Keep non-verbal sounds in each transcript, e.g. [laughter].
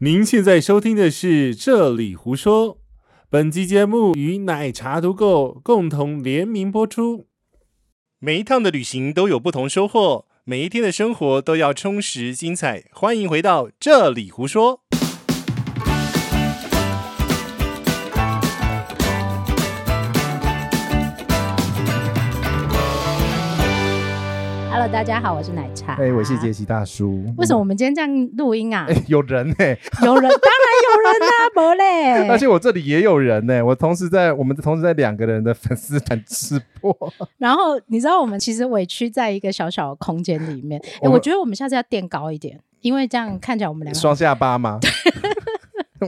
您现在收听的是《这里胡说》，本期节目与奶茶独购共同联名播出。每一趟的旅行都有不同收获，每一天的生活都要充实精彩。欢迎回到《这里胡说》。 Hello，大家好，我是奶茶。哎、我是杰西大叔。为什么我们今天这样录音啊哎、？有人哎、有 [laughs] 人，当然有人啦、啊，伯而嘞。且我这里也有人呢、欸我同时在我们同时在两个人的粉丝团直播，然后你知道，我们其实委屈在一个小小的空间里面。哎、我们我觉得我们下次要垫高一点，因为这样看起来我们两个双下巴吗？ [laughs]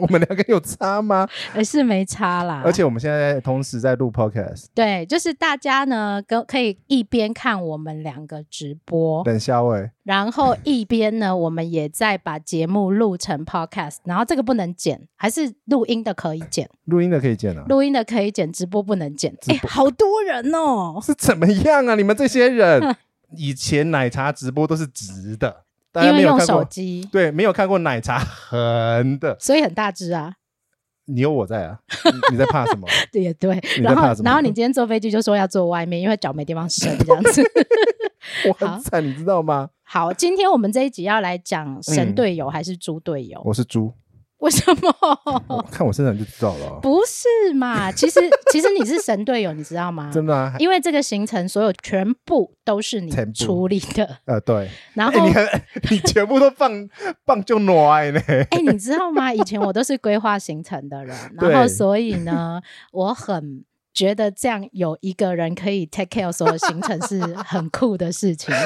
我们两个有差吗？哎是没差啦。而且我们现在同时在录 podcast，对，就是大家呢，跟可以一边看我们两个直播，等下位然后一边呢，我们也在把节目录成 podcast。然后这个不能剪，还是录音的可以剪，录音的可以见啊。录音的可以剪，直播不能剪。直哎、播好多人哦。是怎么样啊？你们这些人，以前奶茶直播都是直的，大家因没为有用看手过，机，对，没有看过奶茶横的。所以很大只啊， [laughs] 你有我在啊，你你在怕什么？对也对。你在然怕后什，么？然后你今天坐飞机就说要坐外面，因为脚没地方伸这样 [laughs] 子。 [laughs] 我好很惨，你知道吗？好，今天我们这一集要来讲神嗯队友还是猪队友？我是猪，为什我么？ [laughs] 看我身上就知道了哦。哦不是嘛？其实其实你是神队友，你知道 [laughs] 吗？真的啊，因为这个行程所有全部都是你全部处理 [laughs] 的，呃，对，然哎、后你很， [laughs] 你全部都放放就啊暖呢，哎、你知道吗？以前我都是规划行程的人，然对后所以呢，我很觉得这样有一个人可以 take care 所有行程是很酷的事 [laughs] 情。 [laughs]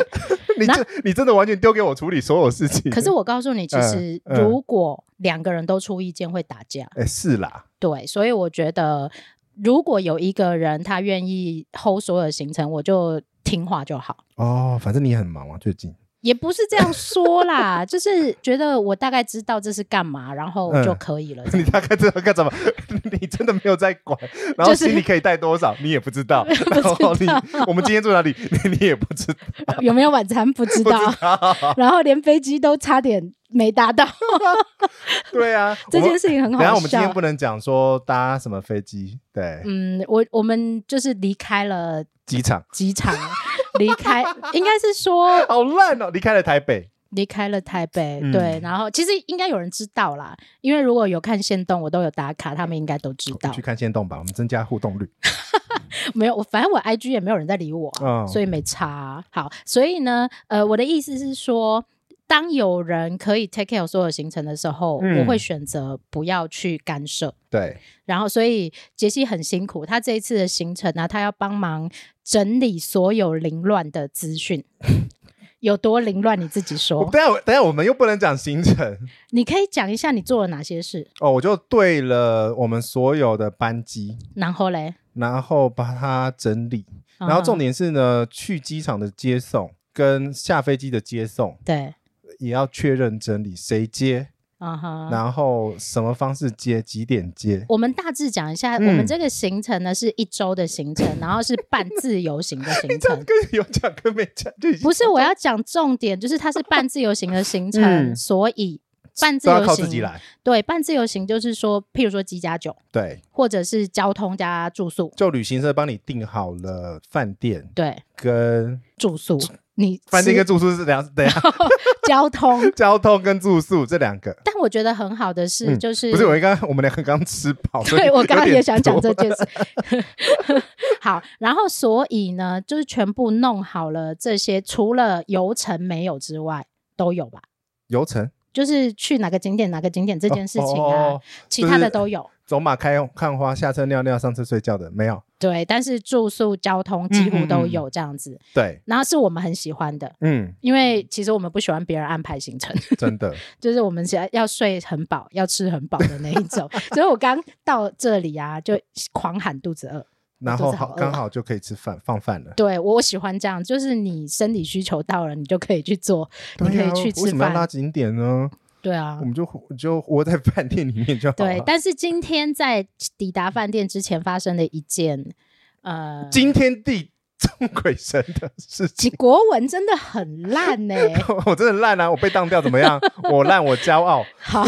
你这你真的完全丢给我处理所有事情。可是，我告诉你，其嗯实嗯如果两个人都出意见会打架，哎、是啦，对，所以我觉得如果有一个人他愿意 hold 所有行程，我就听话就好。哦，反正你很忙啊，最近， [laughs] 也不是这样说啦，就是觉得我大概知道这是干嘛，然后就嗯可以了。 [laughs] 你大概知道干什么？ [laughs] 你真的没有在管，然后就是行李可以带多少，你也不 [laughs] 知道。然后你，我们今天住哪里， [laughs] 你你也不知 [laughs] 道。 [laughs] 有没有晚餐不知不知道， [laughs] 然后连飞机都差点没搭到，对啊，这我们件事情很等一下好我们今天笑不。能讲说搭什么飞机，对，嗯，我我们就是离开了机场机 [laughs] 场，离开应该是说好烂哦，离开了台北，离开了台北，嗯对，然后其实应该有人知道啦，因为如果有看线动，我都有打卡，他们应该都知道去。看线动吧，我们增加互动率。没有，我反正我 IG 也没有人在理我啊、嗯所以没差啊、好，所以呢，呃，我的意思是说，当有人可以 take care 所有行程的时候，嗯我会选择不要去干涉。对，然后，所以杰西很辛苦，他这一次的行程呢、他要帮忙整理所有凌乱的资 [laughs] 讯，有多凌乱你自己我说。等一下我等一下我们又不能讲行程。你可以讲一下你做了哪些事，哦，我就对了我们所有的班机，然后嘞，嗯然后把它整理。然后重点点是呢，去机场的接送跟下飞机的接送对，也要确认整理谁接，啊哈。然后什么方式接，几点接。我们大致讲一下，嗯我们这个行程呢是一周的行程，然后是半自由行的 [laughs] 行这样程。跟有讲跟没讲就已经不是，我要讲重点，就是它是半自由行的行程，嗯所以半自都要由靠自己行来。对半自由行就是说，譬如说机加酒，对，或者是交通加住宿，就旅行社帮你订好了饭店对跟住宿，你饭店吃跟住宿是两， [laughs] 等一下交通。 [laughs] 交通跟住宿这两个。但我觉得很好的是，嗯就是、不是我刚刚我们两个刚吃饱，所以对我刚刚有点也想讲多这件事。 [laughs] 好，然后所以呢，就是全部弄好了这些，除了游程没有之外，都有吧？游程就是去哪个景点、哪个景点这这件事情啊，哦哦其他就的是都有。走马开看花，下车尿尿，上车睡觉的没有？对，但是住宿、交通几乎都嗯嗯嗯有这样子，对，然后是我们很喜欢的，嗯，因为其实我们不喜欢别人安排行程，真的，就是 [laughs] 我们想要睡很饱、要吃很饱的那一 [laughs] 种。所以我刚到这里啊，就狂喊肚子饿。然肚后子好好饿啊刚好就可以吃饭放饭了。对我我喜欢这样，就是你生理需求到了，你就可以去做，你可对以啊去为吃什么要拉饭。景点呢？对啊我，们就我就窝在饭店里面就好 [laughs] 啊对啊了。。但是今天在抵达饭店之前发生的一件，呃，今天地这种鬼神的事你情。国文真的很烂 [laughs] 呢、我真的烂啊！我被当掉怎么 [laughs] 样？我烂，我骄傲。好，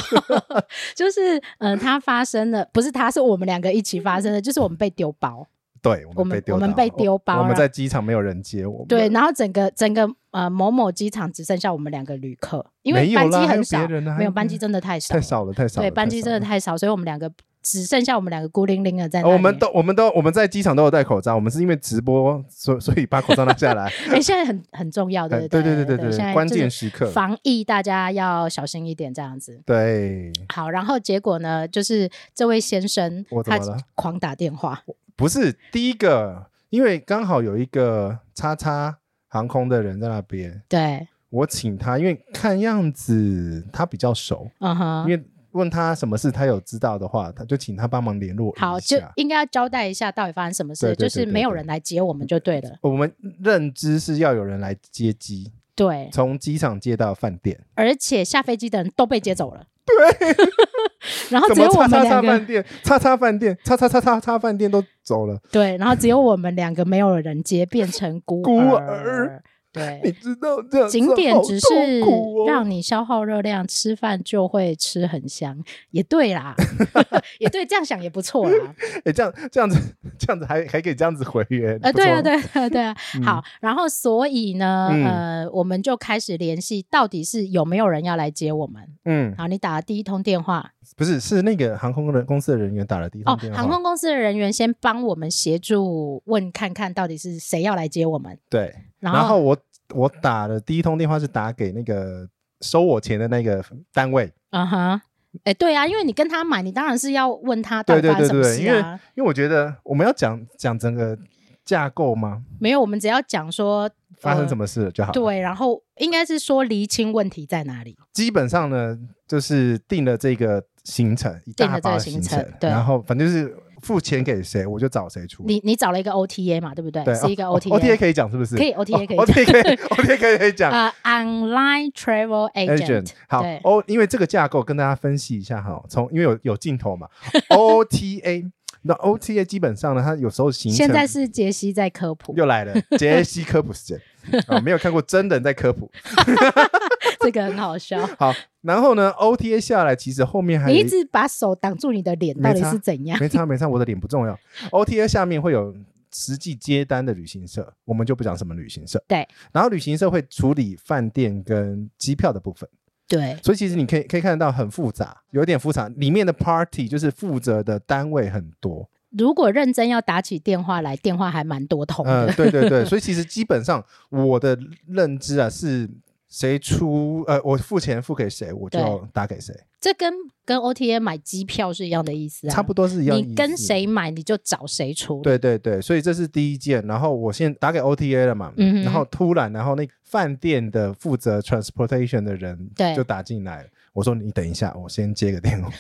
[laughs] 就是嗯、呃它发生了，不是它是我们两个一起发生的，就是我们被丢包，对，我我们们被丢我到，们被丢包我我们了在机场没有人接我们。对，然后整个整个呃某某机场只剩下我们两个旅客，因没为有班机啦还有很别少，人啊还没有有班别机人真的太少太了，少了，太少了。对，班机真的太少了。太少，所以我们两个只剩下我们两个孤零零的在那哦里。我们都，我们都，我们在机场都有戴口罩。我们是因为直播，所所以把口罩拿 [laughs] 下来。哎、现在很很重要，对对不对对对对现在关就是键时刻，防疫大家要小心一点，这样子。对，好，然后结果呢，就是这位先生我怎他么了狂打电话，不是第一个，因为刚好有一个叉叉航空的人在那边，对，我请他，因为看样子他比较熟，嗯哼因。为问他什么事，他有知道的话，他就请他帮忙联络一好，就下。应该要交代一下到底发生什么事，对对就对是没有人来接我们就对了。我们认知是要有人来接机，对，从机场接到饭店，而且下飞机的人都被接走了。对， [laughs] 然后哦怎只么有我叉们叉叉两个饭，店、叉叉饭店、叉叉叉叉叉饭店都走了，对，然后只有我们两个没有人接，变成孤孤儿儿。 [laughs] 你对，知道这样子景点好只是痛苦哦让你消耗热量，吃饭就会吃很香，也对啦， [laughs] 也对，这样想也不错 [laughs] 啦。哎，这样这样子 [laughs] 这样子还还可以这样子回约，呃，不错对啊，对啊，对啊，对啊。好，然后所以呢，嗯呃，我们就开始联系，到底是有没有人要来接我们？嗯，好，你打了第一通电话，不是是那个航空人公司的人员打了第一通哦电，话，航空公司的人员先帮我们协助问看看到底是谁要来接我们，对，然然后后我我打的第一通电话是打给那个收我钱的那个单位，嗯哼，哎、对啊，因为你跟他买，你当然是要问他到对底对发生对什么对事啊。对，因为因为我觉得我们要讲讲整个架构吗？没有，我们只要讲说发生什么、么事了就好呃了。对，然后应该是说厘清问题在哪里。基本上呢，就是定了这个行程，一定了大包的这个行行程对然后反正就是付钱给谁，我就找谁出。你你找了一个 OTA 嘛，对不对？嗯对哦是一个 OTA。 OTA 可以哦讲是不是？可以 OTA 可以讲 OTA 可以 OTA 可以可 [laughs] 以讲。呃，online travel agent，, 好对哦，因为这个架构跟大家分析一下哈，从因为有有镜头嘛 [laughs] ，OTA，那 OTA 基本上呢，它有时候行程现在是杰西在科普 [laughs] 又来了，杰西科普时间啊、没有看过真人在科普。这个很好 [laughs] 笑。好，然后呢，OTA 下来，其实后面还你有一直把手挡住你的脸，到没底差是怎样？ [laughs] 没差没差，我的脸不重要。OTA 下面会有实际接单的旅行社，我们就不讲什么旅行社。对，然后旅行社会处理饭店跟机票的部分。对，所以其实你可以可以看得到很复杂，有点复杂。里面的 party 就是负责的单位很多，如果认真要打起电话来，电话还蛮多通嗯、的。对对对。 [laughs] 所以其实基本上我的认知啊是谁出，呃，我付钱付给谁，我对就要打给谁， [laughs] 这跟跟 OTA 买机票是一样的意思啊，差不多是一样。你跟？谁买，你就找谁处理。对对对，所以这是第一件。然后我先打给 OTA 了嘛，嗯哼然后突然，然后那饭店的负责 transportation 的人对就打进来了，我说你等一下，我先接个电 [laughs] 话，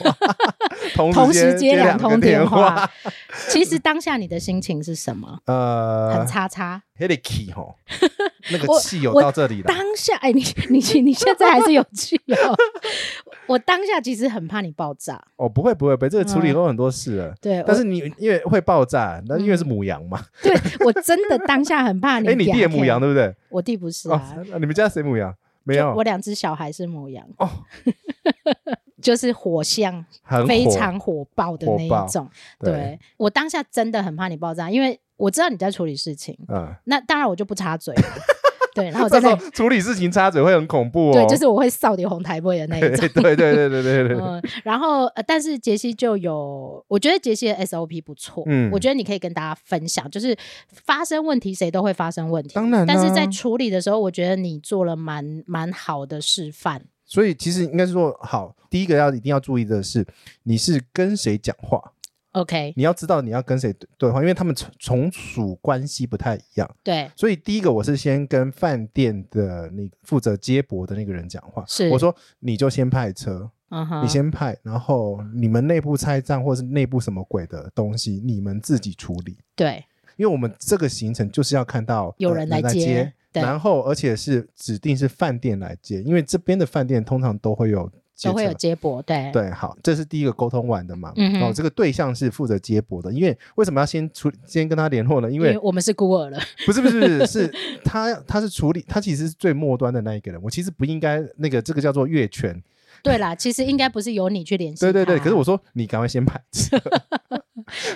同同时时接两两通个电话，话。 [laughs] 其实当下你的心情是什么？呃，很差差。 h e d i c [laughs] h 吼，那我个气有我到这里了。当下，哎、你你你你现在还是有气哦。 [laughs] 我当下其实很怕你爆炸，哦，不会不会不会，这个处理嗯过很多事了。对，但是你因为会爆炸，那因为是母羊嘛。我对我真的当下很嗯怕你。 [laughs] 哎，你弟也母羊，对不对？我弟不是哦啊，，你们家谁母羊？没就有我，两只小孩是母羊，哦， [laughs] 就是火象，很火非常火爆的那火爆一种。对对，我当下真的很怕你爆炸，因为我知道你在处理事情，嗯。那当然我就不插嘴了。 [laughs] 对，然后我在这时那候里，处理事情插嘴会很恐怖哦。对，就是我会扫你红台杯的那一种对。对对对对对对。嗯，然后呃，但是杰西就有，我觉得杰西的 SOP 不错，嗯我觉得你可以跟大家分享，就是发生问题谁都会发生问题，当然啊但是在处理的时候，我觉得你做了蛮蛮好的示范，所以其实应该是说，好，第一个要一定要注意的是，你是跟谁讲话， OK，你要知道你要跟谁对对话，因为他们从从属关系不太一样。对，所以第一个我是先跟饭店的那个负责接驳的那个人讲话，是我说你就先派车，嗯哼，你先派，然后你们内部拆账或是内部什么鬼的东西，你们自己处理，对因为我们这个行程就是要看到有呃人人来来接对然后而且是指定是饭店来接，因为这边的饭店通常都会有接都会有车接驳，对，对，好，这是第一个沟通完的嘛。嗯哼哦，这个对象是负责接驳的，因为为什么要先处先跟他联络呢？因因为为我们是孤儿了， [laughs] 不是不是不是是他他是处理他其实是最末端的那一个人，我其实不应该那个这个叫做越权，对啦，其实应该不是由你去联系，对对对。可是我。说你赶快先排 [laughs] 斥，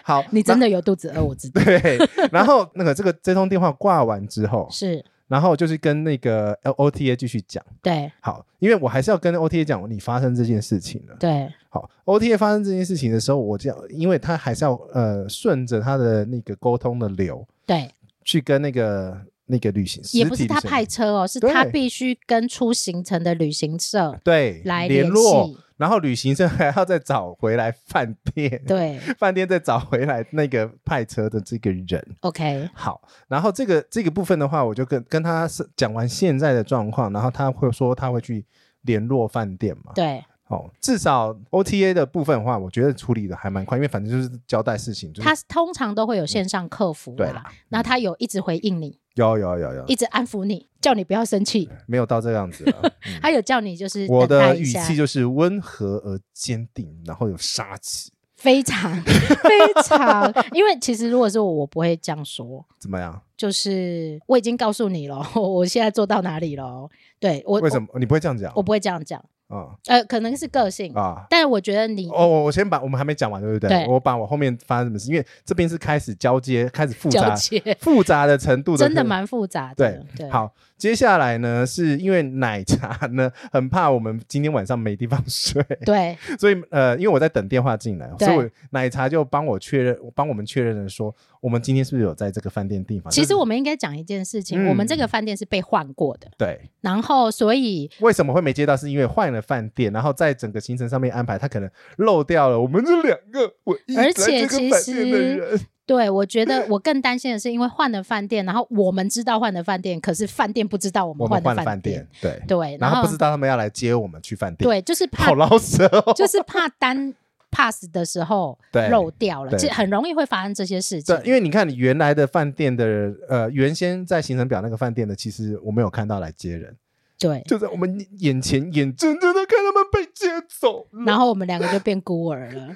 好，你真的。的有肚子饿，我 [laughs] 知道。对，然后那个这个这通电话挂完之后，是，然后就是跟那个 L O T A 继续讲，对好，因为我还是要跟 O T A 讲你发生这件事情了。对，好，O T A 发生这件事情的时候，我这样，因为他还是要呃顺着他的那个沟通的流对，去跟那个那个旅行，也不实是体他旅行派车哦，是他对必须跟出行程的旅行社对来联联络，系。然后旅行社还要再找回来饭店，对饭店再找回来那个派车的这个人。 ，OK，好，然后这个这个部分的话，我就跟跟他是讲完现在的状况，然后他会说他会去联络饭店嘛。对哦，至少 OTA 的部分的话，我觉得处理的还蛮快，因为反正就是交代事情， [laughs] 就是他通常都会有线上客服对嗯啦，那他有一直回应你，有有有有一直安抚你，叫你不要生气，没有到这样 [laughs] 子了。嗯还有叫你就是我等待的一语下气就是温和而坚定，然后有杀气，非常 [laughs] 非常，因为其实如果是我，我不会这样说。怎么样？就是我已经告诉你了， [laughs] 我现在做到哪里了？对我为什么你不会这样讲我？我不会这样讲，啊呃，可能是个性，啊！但我觉得你哦，我我先把我们还没讲完，对不对？对我把我后面发生什么事，因为这边是开始交接，开始复交杂接复杂的程度 [laughs] 的，真的？蛮复杂对的。对，好，接下来呢，是因为奶茶呢很怕我们今天晚上没地方睡，对所以呃，因为我在等电话进来，对所以我奶茶就帮我确认，帮我们确认了说，我们今天是不是有在这个饭店订房？其实就是我们应该讲一件事情，嗯我们这个饭店是被换过的，对然后所以为什么会没接到，是因为换了饭店，然后在整个行程上面安排，他可能漏掉了我们这两个我一直而在且这个饭店的其实人，对我觉得我更担心的是，因为换了饭店，然后我们知道换了饭店，可是饭店不知道我我们们换换了了饭饭店店，，对，对，然然后后不知道他们要来接我们去饭店，，对，就是怕好老舌 [laughs] 哦，就是怕单 pass 的时候对漏掉了，对其实很容易会发生这些事情对，。因为你看，你原来的饭店的，呃，原先在行程表那个饭店的，其实我没有看到来接人，对，就在我们眼前，眼睁睁的看他们被接走 [laughs] 了。然后我们两个就变孤儿了。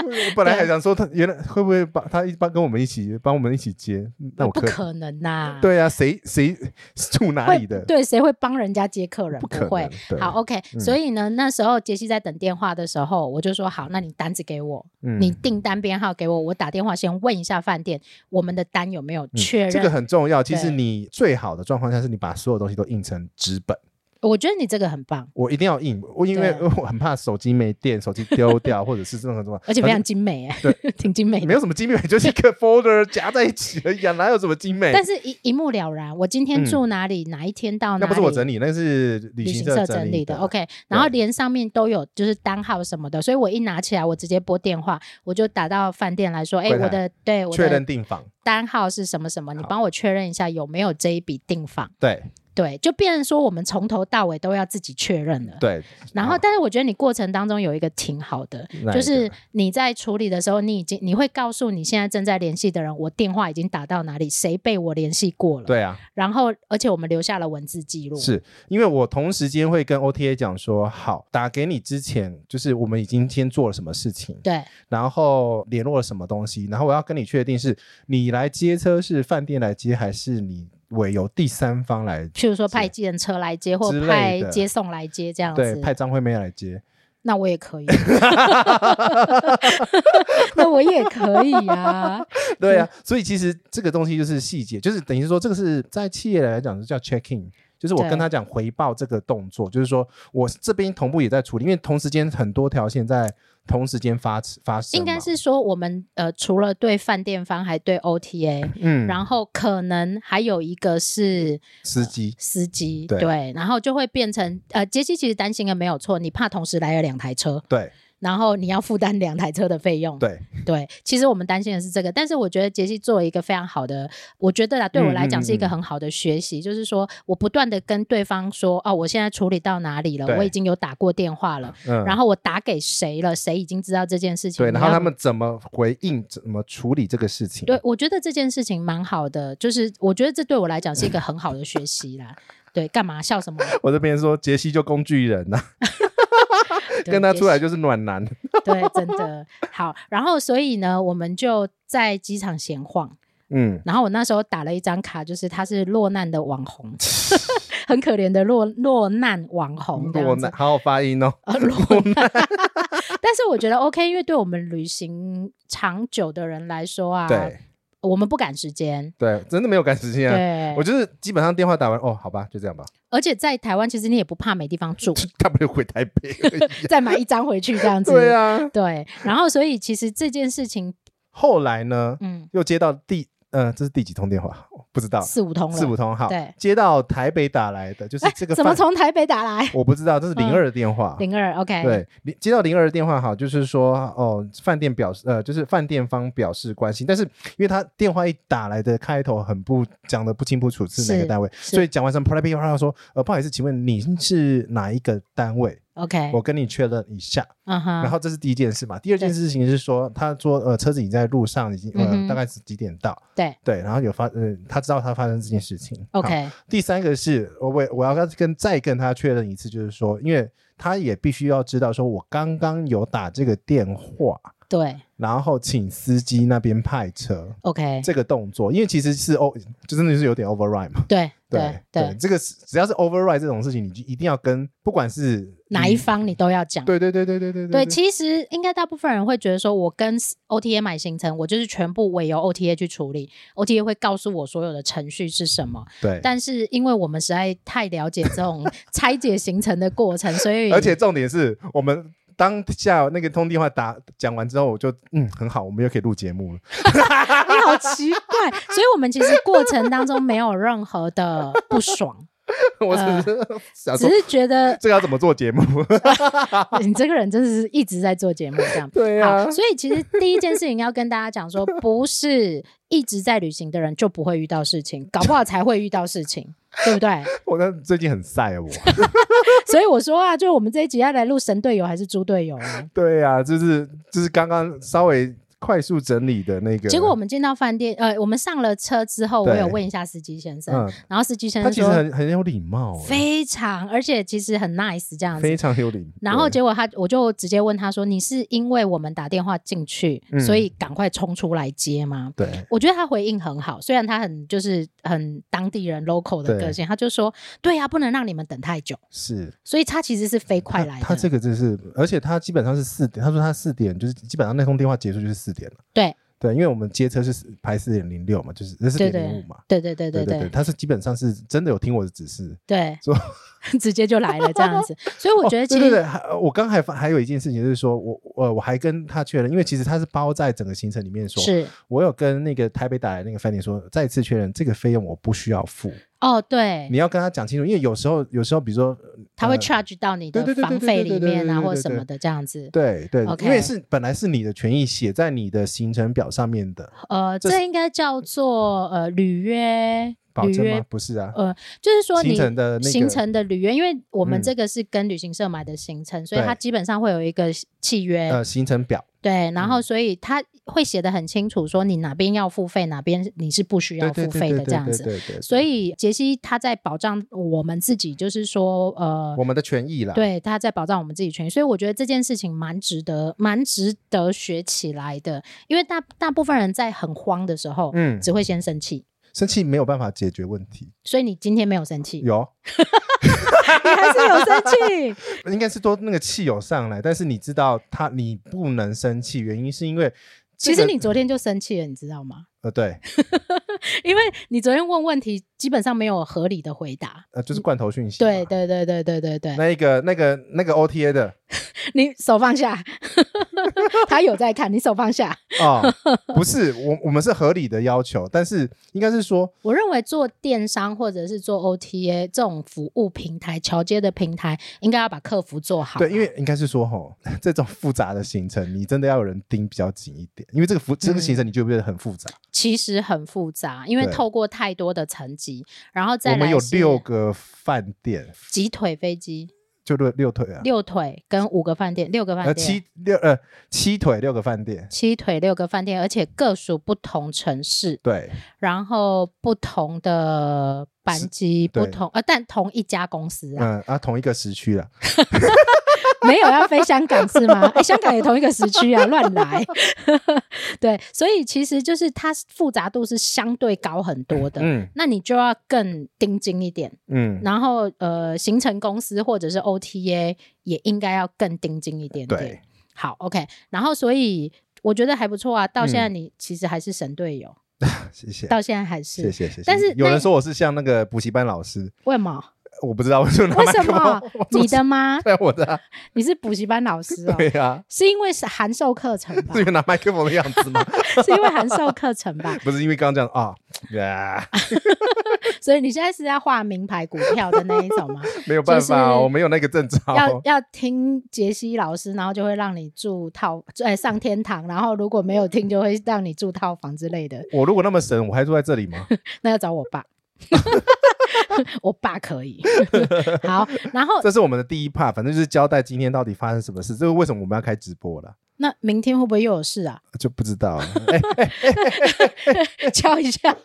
我本来还想说，他原来会不会把他一帮跟我们一起，帮我们一起接？那我不可可能呐、对啊，谁谁是住哪会里的？对，谁会帮人家接客人？不不可会能。。对好，，OK、嗯所以呢，那时候杰西在等电话的时候，我就说好，那你单子给我，嗯你订单编号给我，我打电话先问一下饭店，我们的单有没有确认？嗯这个很重要。其实对你最好的状况下是你把所有东西都印成纸本。我觉得你这个很棒，我一定要印，我因为对啊我很怕手机没电，手机丢掉，或者是任何什么， [laughs] 而且非反正常精美、哎， [laughs] 挺精美没的。有什么精美，就是一个 folder 夹在一起而已、啊，哪有什么精美？但是一一目了然，我今天住哪里，哪一天到哪里，嗯那不是我整理，那是旅旅行行社整整理理的。OK，然后连上面都有就是单号什么的，所以我一拿起来，我直接拨电话，我就打到饭店来说，哎、柜台我的对我确认的订房，单号是什么什么，你好帮我确认一下有没有这一笔订房。对对，就变成说我们从头到尾都要自己确认了。对。然后，但是我觉得你过程当中有一个挺好的，哪就一个是你在处理的时候，你已经你会告诉你现在正在联系的人，我电话已经打到哪里，谁被我联系过了。，对啊，然后而且我们留下了文字记录。是因为我同时间会跟 OTA 讲说，好，打给你之前，就是我们已经先做了什么事情，对然后呃联络了什么东西，然后我要跟你确定是你来接车是饭店来接，还是你委由第三方来，譬如说派计程车来接，或之类派的接送来接这样对，子，派张惠妹 [laughs] 来接。那我也 [laughs] 可以，那我也可以啊。对啊，所以其实这个东西就是细节，就是等于说这个是在企业来讲是叫 check in。就是我对跟他讲回报这个动作，就是说我这边同步也在处理，因为同时间很多条线在同时间发发生嘛，应该是说我们呃，除了对饭店方，还对 OTA，、嗯，然后可能还有一个是司机司机，对然后就会变成呃，杰西其实担心的没有错，你怕同时来了两台车，对然后你要负担两台车的费用，对对，其实我们担心的是这个，但是我觉得杰西做了一个非常好的，我觉得啦，对我来讲是一嗯嗯个嗯很好的学习，就是说我不断的跟对方说，哦，我现在处理到哪里了对，我已经有打过电话了，嗯，然后我打给谁了，谁已经知道这件事情，对，你然后要他们怎么回应，怎么处理这个事情？啊对，我觉得这件事情蛮好的，就是我觉得这对我来讲是一个很好的学习啦。对，干嘛笑什么？ [laughs] 我这边说杰西就工具人呐、对啊跟他也出来许就是暖男，对，真的好。然后所以呢，我们就在机场闲晃。嗯，然后我那时候打了一张卡，就是他是落难的网 [laughs] 红，很可怜的落落难网红这嗯落样子难，。好好发音哦，呃，落难。但是我觉得 OK，因为对我们旅行长久的人来说啊，对我们不赶时间。对，真的没有赶时间啊。对我，就是基本上电话打完，哦，好吧，就这样吧，而且在台湾，其实你也不怕没地方 [laughs] 住，他不就回台北而已啊再买一张回去这样子。对啊， [laughs] 对，然后所以其实这件事情， [laughs] 后来呢，嗯，又接到第，呃，这是第几通电话？不知道，四五通了，啊 [laughs] 四五通号，对接到台北打来的，就是哎这个怎么范从台北打来？我不知道，这是嗯零二的电话，零二，OK，，对，你接到零二的电话，哈，就是说哦，饭店表示呃，就是饭店方表示关心，但是因为他电话一打来的开头很不讲的不清不楚是哪个是单位，是所以讲完什么啪啦噼啪啦说，呃，不好意思，请问您是哪一个单位？ OK，我跟你确认一下。嗯哼，然后这是第一件事嘛，第二件对事情是说，他说呃，车子已经在路上，已经嗯呃哼大概是几点到？对对，然后有发呃，他知道他发生这件事情。好 OK，第三个是我我我要跟再跟他确认一次，就是说，因为他也必须要知道，说我刚刚有打这个电话，对然后请司机那边派车，OK，这个动作，因为其实是 o 就真的是有点 override 嘛。对对对，这个是只要是 override 这种事情，你就一定要跟不管是哪一？方你都要讲。嗯对对对对对对对，其实应该大部分人会觉得说，我跟 OTA 买行程，我就是全部委由 OTA 去处理，OTA 会告诉我所有的程序是什么。对。但是因为我们实在太了解这 [laughs] 种拆解行程的过程，所以而且重点是我们当下那个通电话打讲完之后，我就嗯很好，我们又可以录节目了。你好奇怪，所以我们其实过程当中没有任何的不爽，我只是想只说，是觉得这个要怎么做节目？你这个人真的是一直在做节目这样。对啊好，，所以其实第一件事情要跟大家讲说，不是一直在旅行的人就不会遇到事情，搞不好才会遇到事情，对不对？ [laughs] [laughs] 我那最近很晒啊，我。 [laughs] 所以我说啊，就我们这一集要来录神队友还是猪队友啊？对啊，就是就是刚刚稍微快速整理的那个，结果我们进到饭店，呃，我们上了车之后，我啊对有问一下司机先生，嗯，然后司机先他生其实说很很有礼貌欸，非常，而且其实很 nice 这样子非。常有礼。然后对结果他，我就直接问他说：“你是因为我们打电话进去，嗯所以赶快冲出来接吗？”对我觉得他回应很好，虽然他很就是很当地人 local 的对个性，他就说：“对呀、不能让你们等太久。是”所以他其实是飞快来的。他，他这个真是，而且他基本上是四点，他说他四点就是基本上那通电话结束就是四点了。对对，因为我们接车是排四点零六嘛，就是四对点零对五嘛。对对对对对对对，对他是基本上是真的有听我的指示。对 [laughs] 说，直接就来了这 [laughs] 样子。所以我觉得哦其对对对，实还我刚还发还有一件事情就是说，我呃我还跟他确认，因为其实他是包在整个行程里面说，是我有跟那个台北打来那个饭店说，再次确认这个费用我不需要付，哦，对你，要跟他讲清楚，因为有时候有时候比如说呃他会 charge 到你的对对对房对对费对里对对面啊，对对或什么对的这样子。对对 OK 因为是本来是你的权益写在你的行程表上面的，呃，这是这应该叫做呃履约，保履证约吗？不是啊，呃，就是说你行程的那个行程的履约，因为我们嗯这个是跟旅行社买的行程，所以对它基本上会有一个契约，呃行程表，对，然嗯后所以它会写的很清楚，说你哪边要付费，哪边你是不需对要对付对费对的对这样对子。对对，所以杰西他在保障我们自己，就是说呃我。们的权益啦，对，他在保障我们自己权益，所以我觉得这件事情蛮值得，蛮值得学起来的。因为大大部分人在很慌的时候，嗯只会先生气。生气没有办法解决问题，所以你今天没有生气，你有还是有生 [laughs] 气。应该是多那个气有上来，但是你知道他你不能生气，原因是因为这其个、实你昨天就生气了，你知道吗？呃对因为你昨天问问题，基本上没有合理的回答。呃就是罐头讯息嗯嘛，对对对对对对对，那一个那个那个 OTA 的你手放下， [laughs] 他有在看，你手放下。啊、不是我我们是合理的要求，但是应该是说我认为做电商或者是做 OTA 这种服务平台、桥接的平台，应该要把客服做好。对，因为应该是说吼， [laughs] 这种复杂的行程，你真的要有人盯比较紧一点，因为这个复嗯这个行程你觉不觉得很复杂？其实很复杂，因为对透过太多的层级，然后再我们来有是六个饭店，几腿飞机、就六六腿啊，六腿跟五个饭店，六个呃饭店。七六呃七腿六个饭店，七腿六个饭店，而且各属不同城市，对然后不同的班机，对不同呃，但同一家公司啊，嗯啊同一个时区了，没有要飞香港是吗？ [laughs] 哎、香港也同一个时区啊，乱来。 [laughs] 对，所以其实就是它复杂度是相对高很多的，嗯那你就要更盯紧一点。嗯，然后呃，行程公司或者是 OTA 也应该要更盯紧一点点对。，好，OK。然后所以我觉得还不错啊，到现在你其实还是神队友，谢嗯谢。到现在还谢是。谢谢谢，但是有那人说我是像那个补习班老师，为什么？我不知道为什么拿为麦什克么 [laughs] 风，我怎你么的吗知？道我的啊，你是补习班老师哦？对呀，是因为是函授课程吧 [laughs] 是因？为拿麦克风的样子吗？是因为函授课程吧？ [laughs] 不是因为刚刚这样啊， [laughs] 啊所以你现在是要画名牌股票的那一种吗？ [laughs] 没有办就法哦，是我没有那个证照。要要听杰西老师，然后就会让你住套，哎，上天堂。然后如果没有听，就会让你住套房之类的。我如果那么神，我还住在这 [laughs] 里吗？那要找我爸，我爸可以。 [laughs] 好，然后这是我们的第一 part，反正就是交代今天到底发生什么事。这个为什么我们要开直播了？那明天会不会又有事啊？ [laughs] [laughs] 就不知道 [laughs] 了。哎、敲一下。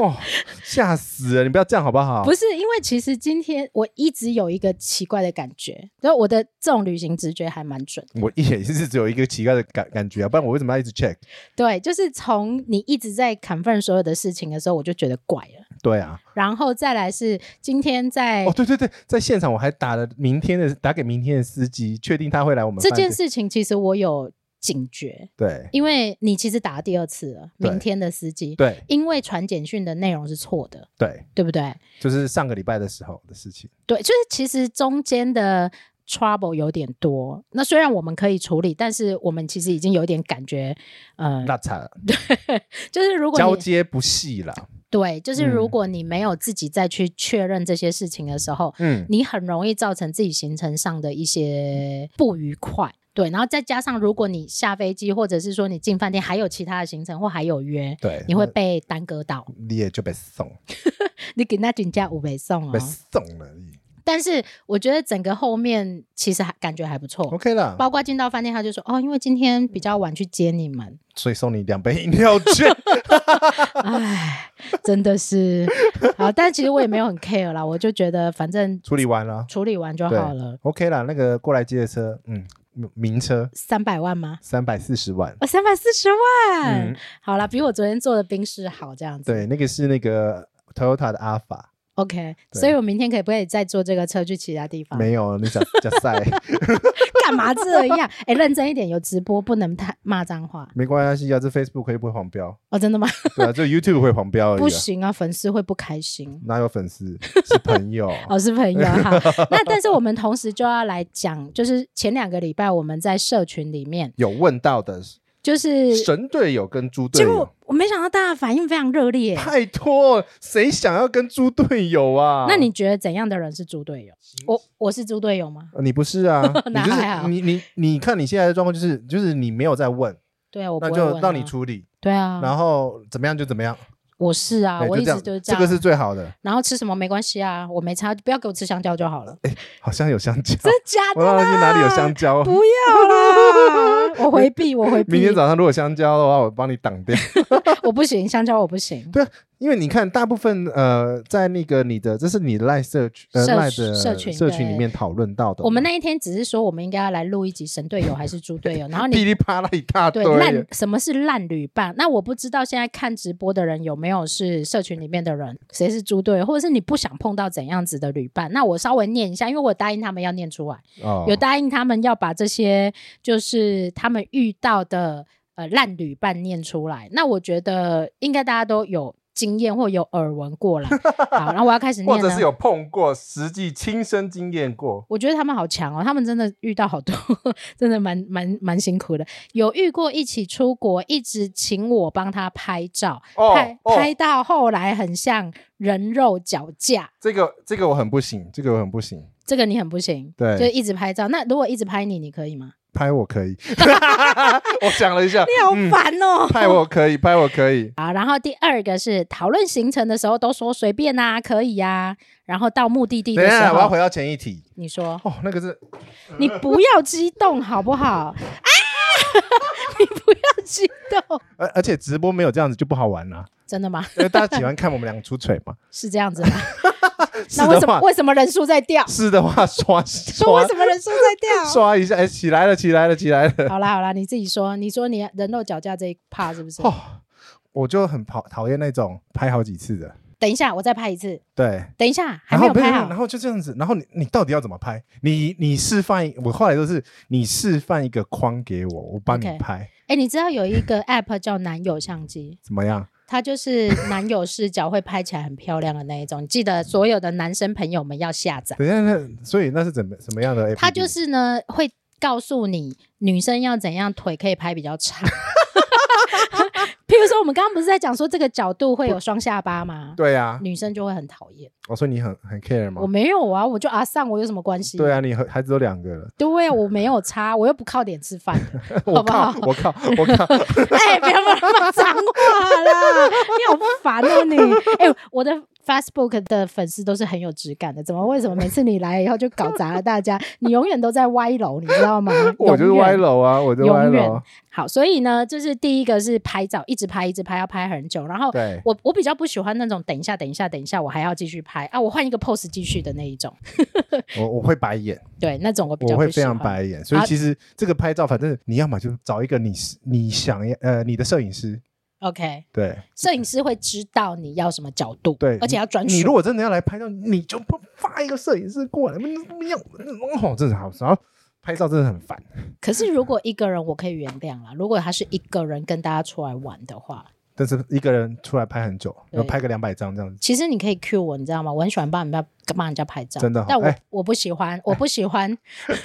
哦，吓死了！你不要这样好不好？不是，因为其实今天我一直有一个奇怪的感觉，所以我的这种旅行直觉还蛮准。我一眼就是只有一个奇怪的感感觉啊，不然我为什么要一直 check？对，就是从你一直在 confirm 所有的事情的时候，我就觉得怪了。对啊，然后再来是今天在哦对对对，在现场我还打了明天的打给明天的司机，确定他会来我们这饭件店。事情，其实我有警觉，对因为你其实打了第二次了。对明天的司机，对因为传简讯的内容是错的，对，对不对？就是上个礼拜的时候的事情。对，就是其实中间的 trouble 有点多。那虽然我们可以处理，但是我们其实已经有点感觉，呃，那惨，就是如果交你接不细啦。对，就是嗯如果你没有自己再去确认这些事情的时候，嗯，你很容易造成自己行程上的一些不愉快。对，然后再加上，如果你下飞机，或者是说你进饭店还有其他的行程或还有约，对，你会被耽搁到。你也就被送，啊你给那人家五倍送被哦。送了。但是我觉得整个后面其实还感觉还不错， OK 啦，哦包括进到饭店，他就说哦，因为今天比较晚去接你们，所以送你两杯饮料券。 [laughs] 唉，真的是好。但其实我也没有很 care 啦，我就觉得反正处理完了处理完就对好了。 ，OK 啦。那个过来接的车，嗯，名车三百万吗？三百四十万。我三百四十万，嗯，好啦，比我昨天做的冰室好这样子。对，那个是那个 Toyota 的 Alpha， ，OK，对所以我明天可以不可以再坐这个车去其他地方？没有， [laughs] 你讲讲赛干嘛这样？哎、认真一点，有直播不能太骂脏话没关系啊，这 Facebook 会不会黄标？哦，真的吗？对啊，就 YouTube 会黄标而不已啊。行啊，粉丝会不开心。哪有粉丝是朋友？ [laughs] 哦，是朋友 [laughs] 哈。那但是我们同时就要来讲，就是前两个礼拜我们在社群里面，有问到的就是神队友跟猪队结友果，我没想到大家反应非常热烈。拜托，谁想要跟猪队友啊？那你觉得怎样的人是猪队友？我我是猪队友吗？呃你不是 [laughs] 啊？你哪就还好是你你你看你现在的状况就是就是你没有在问，对啊，我不那会就问让你啊。处理，对啊，然后怎么样就怎么样，我是啊，对我一哎就这直就样，是这样。个是最好的。然后吃什么没关系啊，我没差，不要给我吃香蕉就好了。好像有香蕉，真的假的哎我忘啦？了去哪里有香蕉。不要啦，我回避，我回避。明天早上如果有香蕉的话，我帮你挡掉。 [laughs] 我不行，香蕉我不行。因为你看，大部分呃，在那个你的，这是你的赖社区呃社赖的社群社群对里面讨论到的嘛，我们那一天只是说我们应该要来录一集神队友还是猪队友，然后噼 [laughs] 你。里啪啦一大堆对，，烂什么是烂旅伴？那我不知道现在看直播的人有没有是社群里面的人，谁是猪队友，或者是你不想碰到怎样子的旅伴？那我稍微念一下，因为我答应他们要念出来。哦有答应他们要把这些就是他们遇到的呃烂旅伴念出来。那我觉得应该大家都有经验或有耳闻过 [laughs] 啦。好，然后我要开始或念者了是。有碰过，实际亲身经验过。我觉得他们好强哦，他们真的遇到好多， [laughs] 真的蛮蛮蛮辛苦的。有遇过一起出国，一直请我帮他拍照，哦拍哦拍到后来很像人肉脚架，这个这个我很不行，这个我很不行。这个你很不行。对就一直拍照。那如果一直拍你，你可以吗？拍我可以， [laughs] 我想了一下，你好嗯烦哦、拍我可以，拍我可以。好，然后第二个是讨论行程的时候都说随便啊，可以啊。然后到目的地等一的时下，我要候，回到前一题。你说哦，那个是 [laughs] 你不要激动好不好？啊，你不要激动，而而且直播没有这样子就不好玩啦、真的吗？因为大 [laughs] 家喜欢看我们两个出锤嘛。是这样子吗？ [laughs] 是那为的什么话，啊为什么人数在掉？是的话刷说为刷什么人数在掉？刷一下，哎，起来了，起来了，起来了。好啦好啦，你自己说，你说你人肉脚架这一趴是不是？哦，我就很讨讨厌那种拍好几次的，等一下，我再拍一次。对，等一下，还没然后有不是拍不是然好。后就这样子，然后你你到底要怎么拍？你你示范一，我后来都是你示范一个框给我，我帮你 OK 拍哎，你知道有一个 app 叫男友相机，怎么样？它就是男友视角会拍起来很漂亮的那一种。你记得所有的男生朋友们要下载，等一下，那所以那是怎么什么样的 APP？它就是呢会告诉你女生要怎样腿可以拍比较 [laughs] 长。譬如说，我们刚刚不是在讲说这个角度会有双下巴吗？对啊，女生就会很讨厌。我说你很很 care 我吗？没有啊，我就阿上，我有什么关系？对啊，你和孩子都两个 [laughs] 了，对啊，我没有差，我又不靠脸吃饭。好我不靠好，我靠，我 [laughs] 靠，哎、不要乱脏话啦！你好烦哦、你。哎、我的 Facebook 的粉丝都是很有质感的，怎么为什么每次你来以后就搞砸了大家？你永远都在歪楼，你知道吗？ [laughs] 我就是永远歪。楼啊，我就是歪永楼远。好，所以呢，就是第一个是拍照，一直拍，一直拍，要拍很久。然后对，我我比较不喜欢那种等一下，等一下，等一下，我还要继续拍啊，我换一个 pose 继续的那一种。我我会白眼，对，那种我 [laughs] 比较我不会喜非欢。常白眼，所以啊其实这个拍照，反正你要么就找一个你你想要呃你的摄影师， OK，对摄影师会知道你要什么角度，对而且要专你属如。果真的要来拍照，你就不发一个摄影师过来，没有哦，真的好，然后拍照真的很烦，可是如果一个人，我可以原谅啦。如果他是一个人跟大家出来玩的话，但是一个人出来拍很久，对要拍个两百张这样子，其实你可以 cue 我，你知道吗？我很喜欢帮人家帮人家拍照，真的哦但我、哎我不喜欢，我不喜欢， [laughs]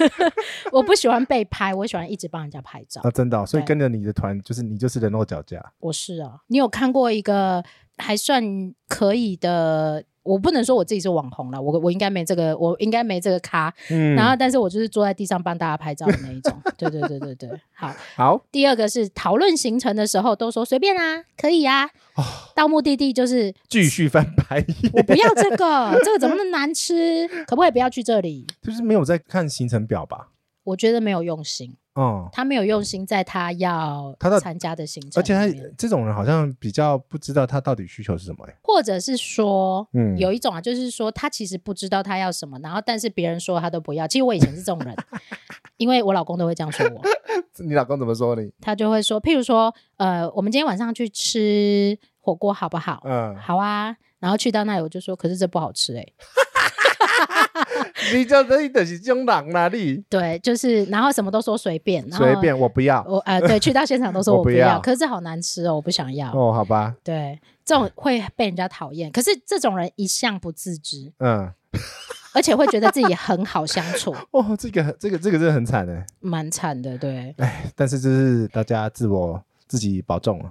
我不喜欢被拍，我喜欢一直帮人家拍照。啊，真的哦、所以对跟着你的团，就是你就是人肉脚架，我是啊，你有看过一个还算可以的？我不能说我自己是网红了，我我应该没这个，我应该没这个咖。嗯然后，但是我就是坐在地上帮大家拍照的那一种。 [laughs] 对对对对对，好。好，第二个是讨论行程的时候都说随便啊，可以啊。哦到目的地就是继续翻白眼，我不要这 [laughs] 个，这个怎么那么难吃？可不可以不要去这里？就是没有在看行程表吧？我觉得没有用心，嗯，他没有用心在他要他的参加的行程而且他里面，这种人好像比较不知道他到底需求是什么、欸，或者是说。嗯，有一种啊，就是说他其实不知道他要什么，然后但是别人说他都不要。其实我以前是这种 [laughs] 人，因为我老公都会这样说我，你老公怎么说你？他就会说，譬如说，呃，我们今天晚上去吃火锅好不好？嗯，好啊。然后去到那里，我就说，可是这不好吃哎、 [laughs] 你就你就是这种人啦，你对，就是然后什么都说随便，然后随便我不要我呃对，去到现场都说我我不不要，要可是这好难吃哦，我不想要。哦，好吧，对，这种会被人家讨厌，可是这种人一向不自知，嗯，而且会觉得自己很好相处，哦，这个这个这个真的很惨哎，蛮惨的。对，但是这是大家自我自己保重 [laughs] 了。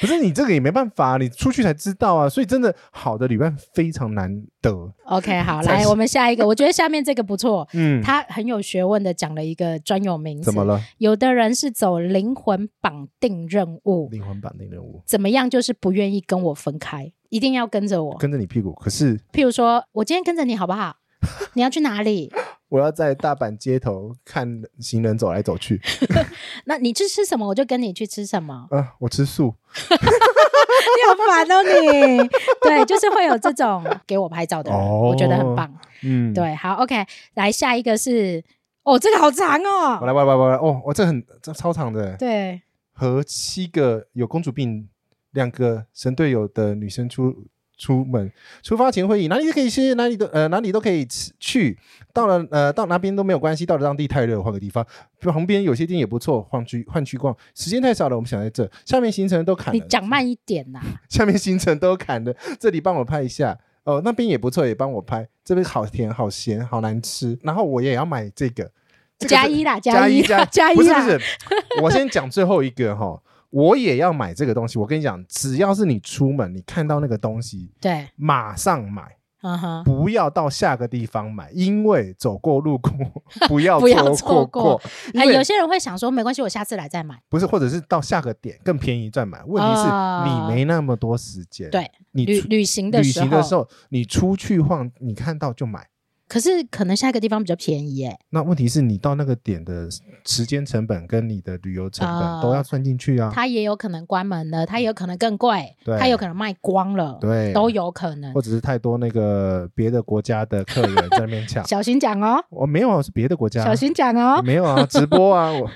不是你这个也没办法，你出去才知道啊。所以真的好的旅伴非常难得。 OK，好，才来是我们下一个，我觉得下面这个不错，嗯，他很有学问的讲了一个专有名词怎么。了？有的人是走灵魂绑定任务，灵魂版的任务怎么样就是不愿意跟我分开，一定要跟着我。跟着你屁股，可是譬如说，我今天跟着你好不好？你要去哪里？我要在大阪街头看行人走来走去。。那你去吃什么，我就跟你去吃什么啊，我吃素。你好烦哦你。 [laughs] 对，就是会有这种给我拍照的人，哦我觉得很棒。嗯，。对，好，OK，来下一个是，哦，这个好长我哦。来，我来，我来，我来。哦，我这很这超长的。对，和七个有公主病、两个神队友的女生出出门，出发前会议哪里都可以去，哪里都呃哪里都可以吃去。到了呃到哪边都没有关系，到了当地太热，换个地方。旁边有些店也不错，换去换去逛。时间太少了，我们想在这。下面行程都砍你了，讲慢一点呐、下面行程都砍了，这里帮我拍一下。哦，那边也不错，也帮我拍。这边好甜，好咸，好难吃。然后我也要买这个，这个加是一啦，加一加啦， [laughs] 加一啊不是啦。不是，我先讲最后一个哈，我也要买这个东西。我跟你讲，只要是你出门，你看到那个东西，对，马上买，嗯哼。不要到下个地方买，因为走过路过不要 [laughs] 不要错错过过，因哎，为有些人会想说，没关系，我下次来再买。不是，或者是到下个点更便宜再买。问题是啊你没那么多时间，对，你旅出旅行的旅时行的时候，候，你出去晃，你看到就买。可是可能下一个地方比较便宜耶。那问题是你到那个点的时间成本跟你的旅游成啊本都要算进去啊，它也有可能关门了，它也有可能更贵，对它有可能卖光了，对，都有可能。或。者是太多那个别的国家的客人在那边抢小心讲哦，我没有啊，我是别的国家啊，小心讲哦。没有啊，直播啊，我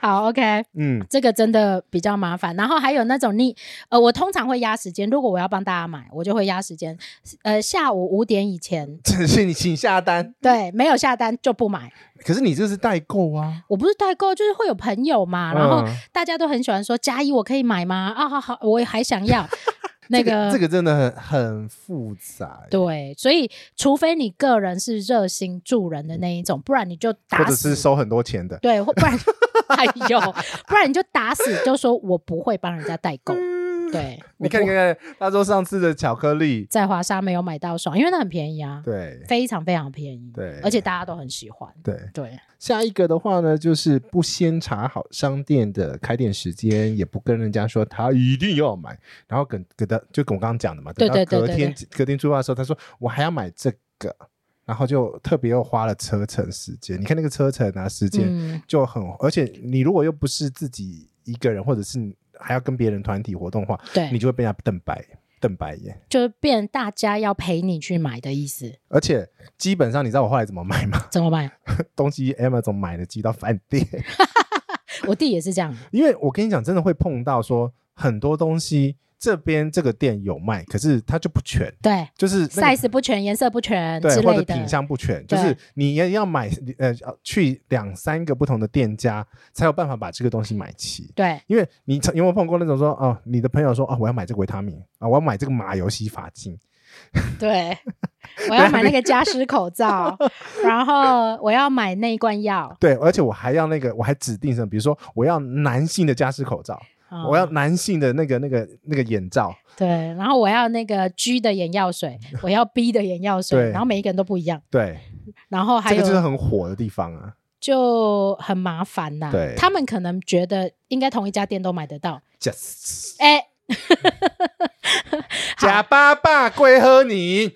好，OK，嗯这个真的比较麻烦。然后还有那种你，呃，我通常会压时间，如果我要帮大家买，我就会压时间，呃，下午五点以前，只是你请下单，对，没有下单就不买。可是你这是代 [laughs] 购啊，我不是代购，就是会有朋友嘛，啊然后嗯大家都很喜欢说加一我可以买吗？啊，好好，我也还想 [laughs] 要那这个这个真的很很复杂，，对，所以除非你个人是热心助人的那一种，不然你就或打者死是收很多钱的，对，或不然 [laughs] 哎呦，不然你就打死就说我不会帮人家代购。对，嗯你看我你不看，他说上次的巧克力，在华沙没有买到爽，因为那很便宜啊，对非常非常便宜，对而且大家都很喜欢。对。对，下一个的话呢，就是不先查好商店的开店时间，也不跟人家说他一定要买，然后等等到就跟我刚刚讲的嘛，对等到对对隔对天隔天出发的时候，他说我还要买这个，然后就特别又花了车程时间。你看那个车程啊，时间嗯，就很，而且你如果又不是自己一个人，或者是你还要跟别人团体活动的话，对，你就会被人家瞪白瞪白眼。就变大家要陪你去买的意思，而且基本上，你知道我后来怎么买吗？ [laughs] 怎么办？东西 Amazon 买了寄到饭店。我弟也是这样，因为我跟你讲，真的会碰到说很多东西，这边这个店有卖，可是它就不全，对。就是那个 size 不全，颜色不全之对或者类的，品相不全，就对是你要要买呃去两三个不同的店家，才有办法把这个东西买齐。对因为你曾有没有碰过那种说哦，你的朋友说哦，我要买这个维他命啊，我要买这个马油洗发精， [laughs] 对，我要买那个加湿口罩，然后我要买那一罐药，对，而且我还要那个，我还指定什么，比如说我要男性的加湿口罩，嗯我要男性的那个那个那个眼罩，对，然后我要那个 G 的眼药水，我要 B 的眼药水，对然后每一个人都不一样，对，然后还这个有就是很火的地方啊。就很麻烦呐、对他们可能觉得应该同一家店都买得到， Just 哎， [laughs] 假爸爸跪喝你，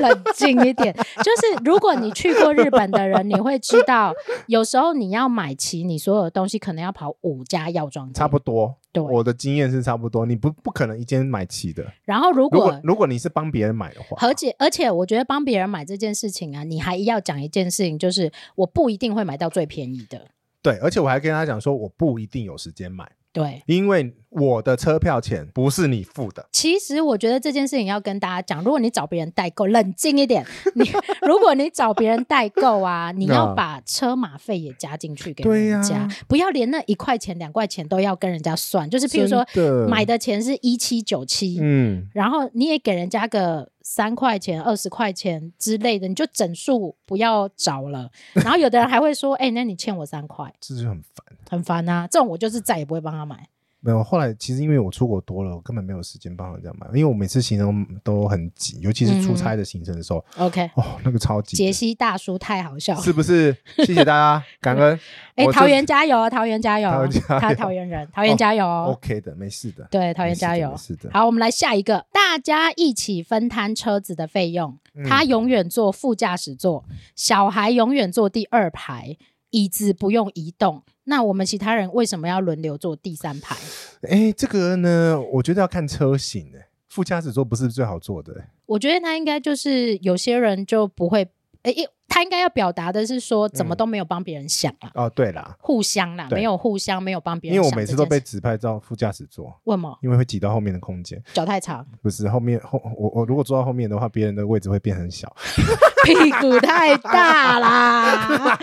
冷静一点，就是如果你去过日本的人，你会知道，有时候你要买齐你所有的东西，可能要跑五家药妆店，差不多。对我的经验是差不多，你不不可能一间买齐的。然后如如果果如果你是帮别人买的话，而且而且，我觉得帮别人买这件事情啊，你还要讲一件事情，就是我不一定会买到最便宜的。对，而且我还跟他讲说，我不一定有时间买，对，因为我的车票钱不是你付的。其实我觉得这件事情要跟大家讲，如果你找别人代购，冷静一点。 [laughs] 你如果你找别人代购啊，你要啊把车马费也加进去给对人呀家，不要连那一块钱两块钱都要跟人家算。就是譬如说真的买的钱是一七九七，嗯，然后你也给人家个三块钱、二十块钱之类的，你就整数不要找 [laughs] 了。然后有的人还会说：“哎、那你欠我三块，这就很烦。很烦啊。”这种我就是再也不会帮他买。没有，后来其实因为我出国多了，我根本没有时间帮人家买，因为我每次行程都很紧，尤其是嗯出差的行程的时候， OK，哦，那个超级杰西大叔太好笑了。是不是？谢谢大家，感恩。 [laughs] 哎、我就桃园加油啊！桃园加油啊！桃园加油他桃园人，桃园加油哦！ OK 的，没事的。对，桃没园事的加油没。事的。好，我们来下一个，大家一起分摊车子的费用。嗯他永远坐副驾驶座，小孩永远坐第二排，椅子不用移动。那我们其他人为什么要轮流坐第三排？哎，这个呢，我觉得要看车型诶，副驾驶座不是最好坐的诶。我觉得他应该就是有些人就不会，诶、一他应该要表达的是说，怎么都没有帮别人想啊，哦，对啦，互相啦，嗯对没有互相，没有帮别因为人我想。每次都被指派到副驾驶座，为什么因为会挤到后面的空间。脚太长，不是后面后我我如果坐到后面的话，别人的位置会变很小。 [laughs] 屁股太大啦。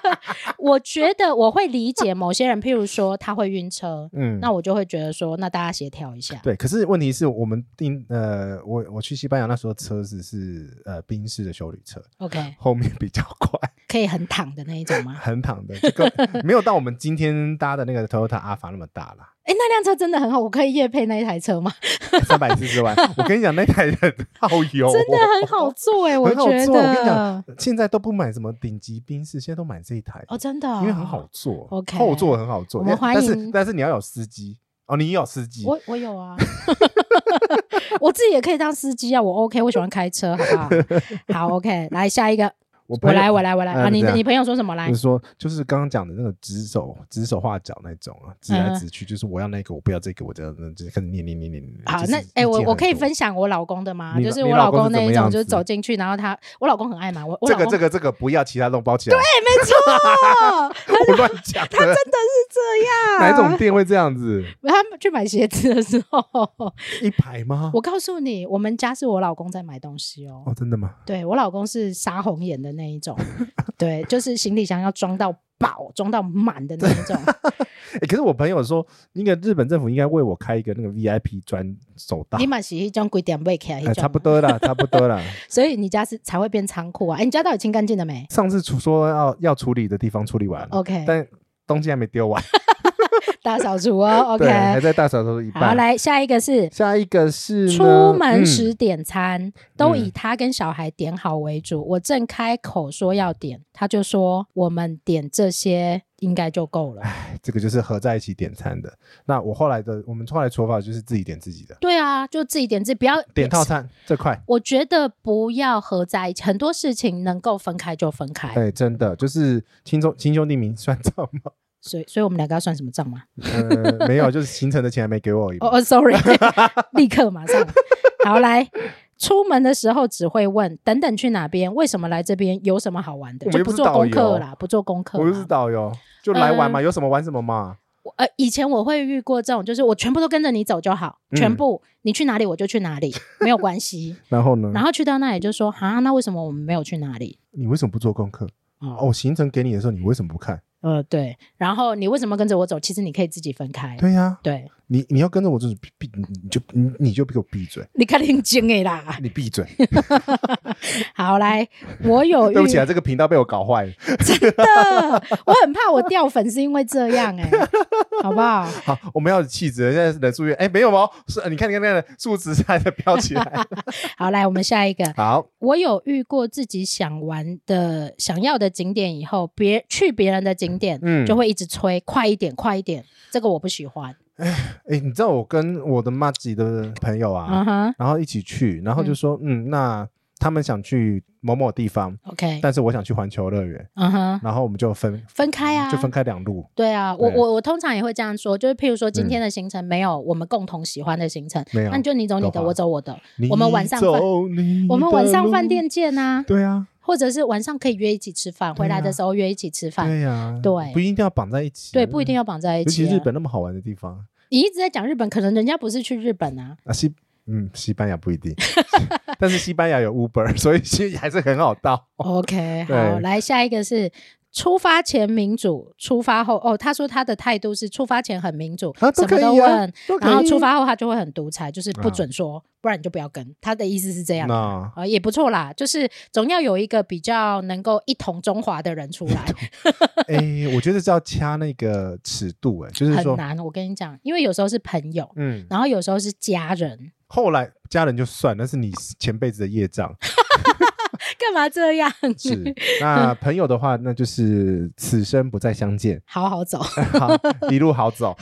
[laughs] 我觉得我会理解某些人，譬如说他会晕车，嗯，那我就会觉得说，那大家协调一下。对。可是问题是我们订呃，我我去西班牙那时候车子是呃宾士的修旅车， OK，后面比较快，可以很躺的那一种吗？横躺的，就跟没有到我们今天搭的那个 Toyota 阿法那么大啦。哎、那辆车真的很好，我可以夜配那一台车吗？三百四十万。我跟你讲，那台很耗油哦，真的很好坐哎、我很好觉坐我跟你讲得。现在都不买什么顶级宾士，现在都买这一台，哦，真的哦、因为很好坐 OK 后座很好坐。我们欢迎但是但是你要有司机，哦，你有司机，我我有啊， [laughs] 我自己也可以当司机啊，我 OK，我喜欢开车，好不好？好 OK，来下一个，我朋我友来我来我来哎啊！你这样你朋友说什么来就是？说，就是刚刚讲的那个指手指手画脚那种啊，指来指去，就是我要那个，我不要这个，我这样，就是开始念念念念念。好就，是那意哎、见我很我可以多分享我老公的吗？你就是你我老老公是公那怎么一种，样就是子走进去，然后他我老公很爱买我，我这老个公哎这个这个不要，其他都包起来。对，没错，我乱讲的。这样 [laughs] 哪一种店会这样子？他们去买鞋子的时候，一排吗？我告诉你，我们家是我老公在买东西哦。哦，真的吗？对我老公是杀红眼的那一种，对，就是行李箱要装到饱、装到满的那一种。哎，可是我朋友说，应该日本政府应该为我开一个那个 VIP 专手道你。嘛是一种几点位起来那哎，种差不嘛，多啦，差不 [laughs] 多啦。所以你家是才会变仓库啊？哎，你家到底清干净了没上次处说要要处理的地方处理完了，哦？OK，但东西还没丢完，大扫除哦。对，还 [laughs] OK，在大扫除一好，半。来下一个是下一个是呢出门嗯时点餐，都以他跟小孩点好为主。我正开口说要点，他就说我们点这些应该就够了。嗯这个就是合在一起点餐的。那我后来的，我们后来说法就是自己点自己的，对啊，就自己点自己，不要点套。餐这块。我觉得不要合在一起，很多事情能够分开就分开。哎，真的就是亲兄亲兄弟明算账 [laughs] 吗？所以，所以我们两个要算什么账吗？呃，没有，就是行程的钱还没给我而已嘛。哦哦，sorry，立刻马上。好，来，出门的时候只会问等等去哪边，为什么来这边，有什么好玩的，我们就又不不是做导功课游啦，不做功课我就是啦。导游，就来玩嗯嘛，有什么玩什么嘛。我呃，以前我会遇过这种，就是我全部都跟着你走就好，全嗯部你去哪里我就去哪里，没有关 [laughs] 系。然后呢？然后去到那里就说啊，那为什么我们没有去哪里？你为什么不做功课？哦，哦，行程给你的时候，你为什么不看？呃，对，然后你为什么跟着我走？其实你可以自己分开。对呀，对，你你要跟着我就是闭，闭你你就你你就给我闭嘴，你看挺精诶啦。你闭嘴。好，来，我有遇 [laughs] 对不起啊，这个频道被我 [laughs] 搞坏了。的，我很怕我掉粉是因为这样哎、好不好？好，我们要有气质，现在冷数月，哎，没有吗？是，呃你看你看那个数值还在飘起来。 [laughs] 好，来我们下一个。好，我有遇过自己想玩的、想要的景点以后，别去别人的景点，嗯就会一直催快一点，快一点，这个我不喜欢。哎，你知道我跟我的妈吉的朋友啊嗯，哼然后一起去，然后就说，嗯，那他们想去某某地方， ，OK，但是我想去环球乐园，嗯哼，然后我们就分分开啊，嗯就分。开两路。对啊，我对我我通常也会这样说，就是譬如说今嗯天的行程没有我们共同喜欢的行程，没有那你就你走你都的，好我走我的，我们晚上你饭走你我们的晚上饭路店见啊，对啊，或者是晚上可以约一起吃饭，回对来的啊时候约一起吃饭，对呀，对不一定要绑在一起，啊对，不一定要绑在一尤其起啊。日本那么好玩的地方你一直在讲日本，可能人家不是去日本啊。啊，西嗯，西班牙不一定， [laughs] 但是西班牙有 Uber，所以其实还是很好到。 [laughs] OK，好，对来下一个是出发前民主，出发后哦，他说他的态度是出发前很民主，啊什都么都可以啊问，都可然后以出发后他就会很独裁，就是不啊准说，不然你就不要跟。他的意思是这样。啊、那也不错啦，就是总要有一个比较能够一统中华的人出来，哎，我觉得是要掐那个尺度， [laughs] 哎，就是很说，难。我跟你讲，因为有时候是朋友，嗯，然后有时候是家人，后来家人就算，那是你前辈子的业 [laughs] 障。干嘛这样？ [laughs] 是，那朋友的话，那就是此生不再相见， [laughs] 好好走。好，一路 [laughs] 好走。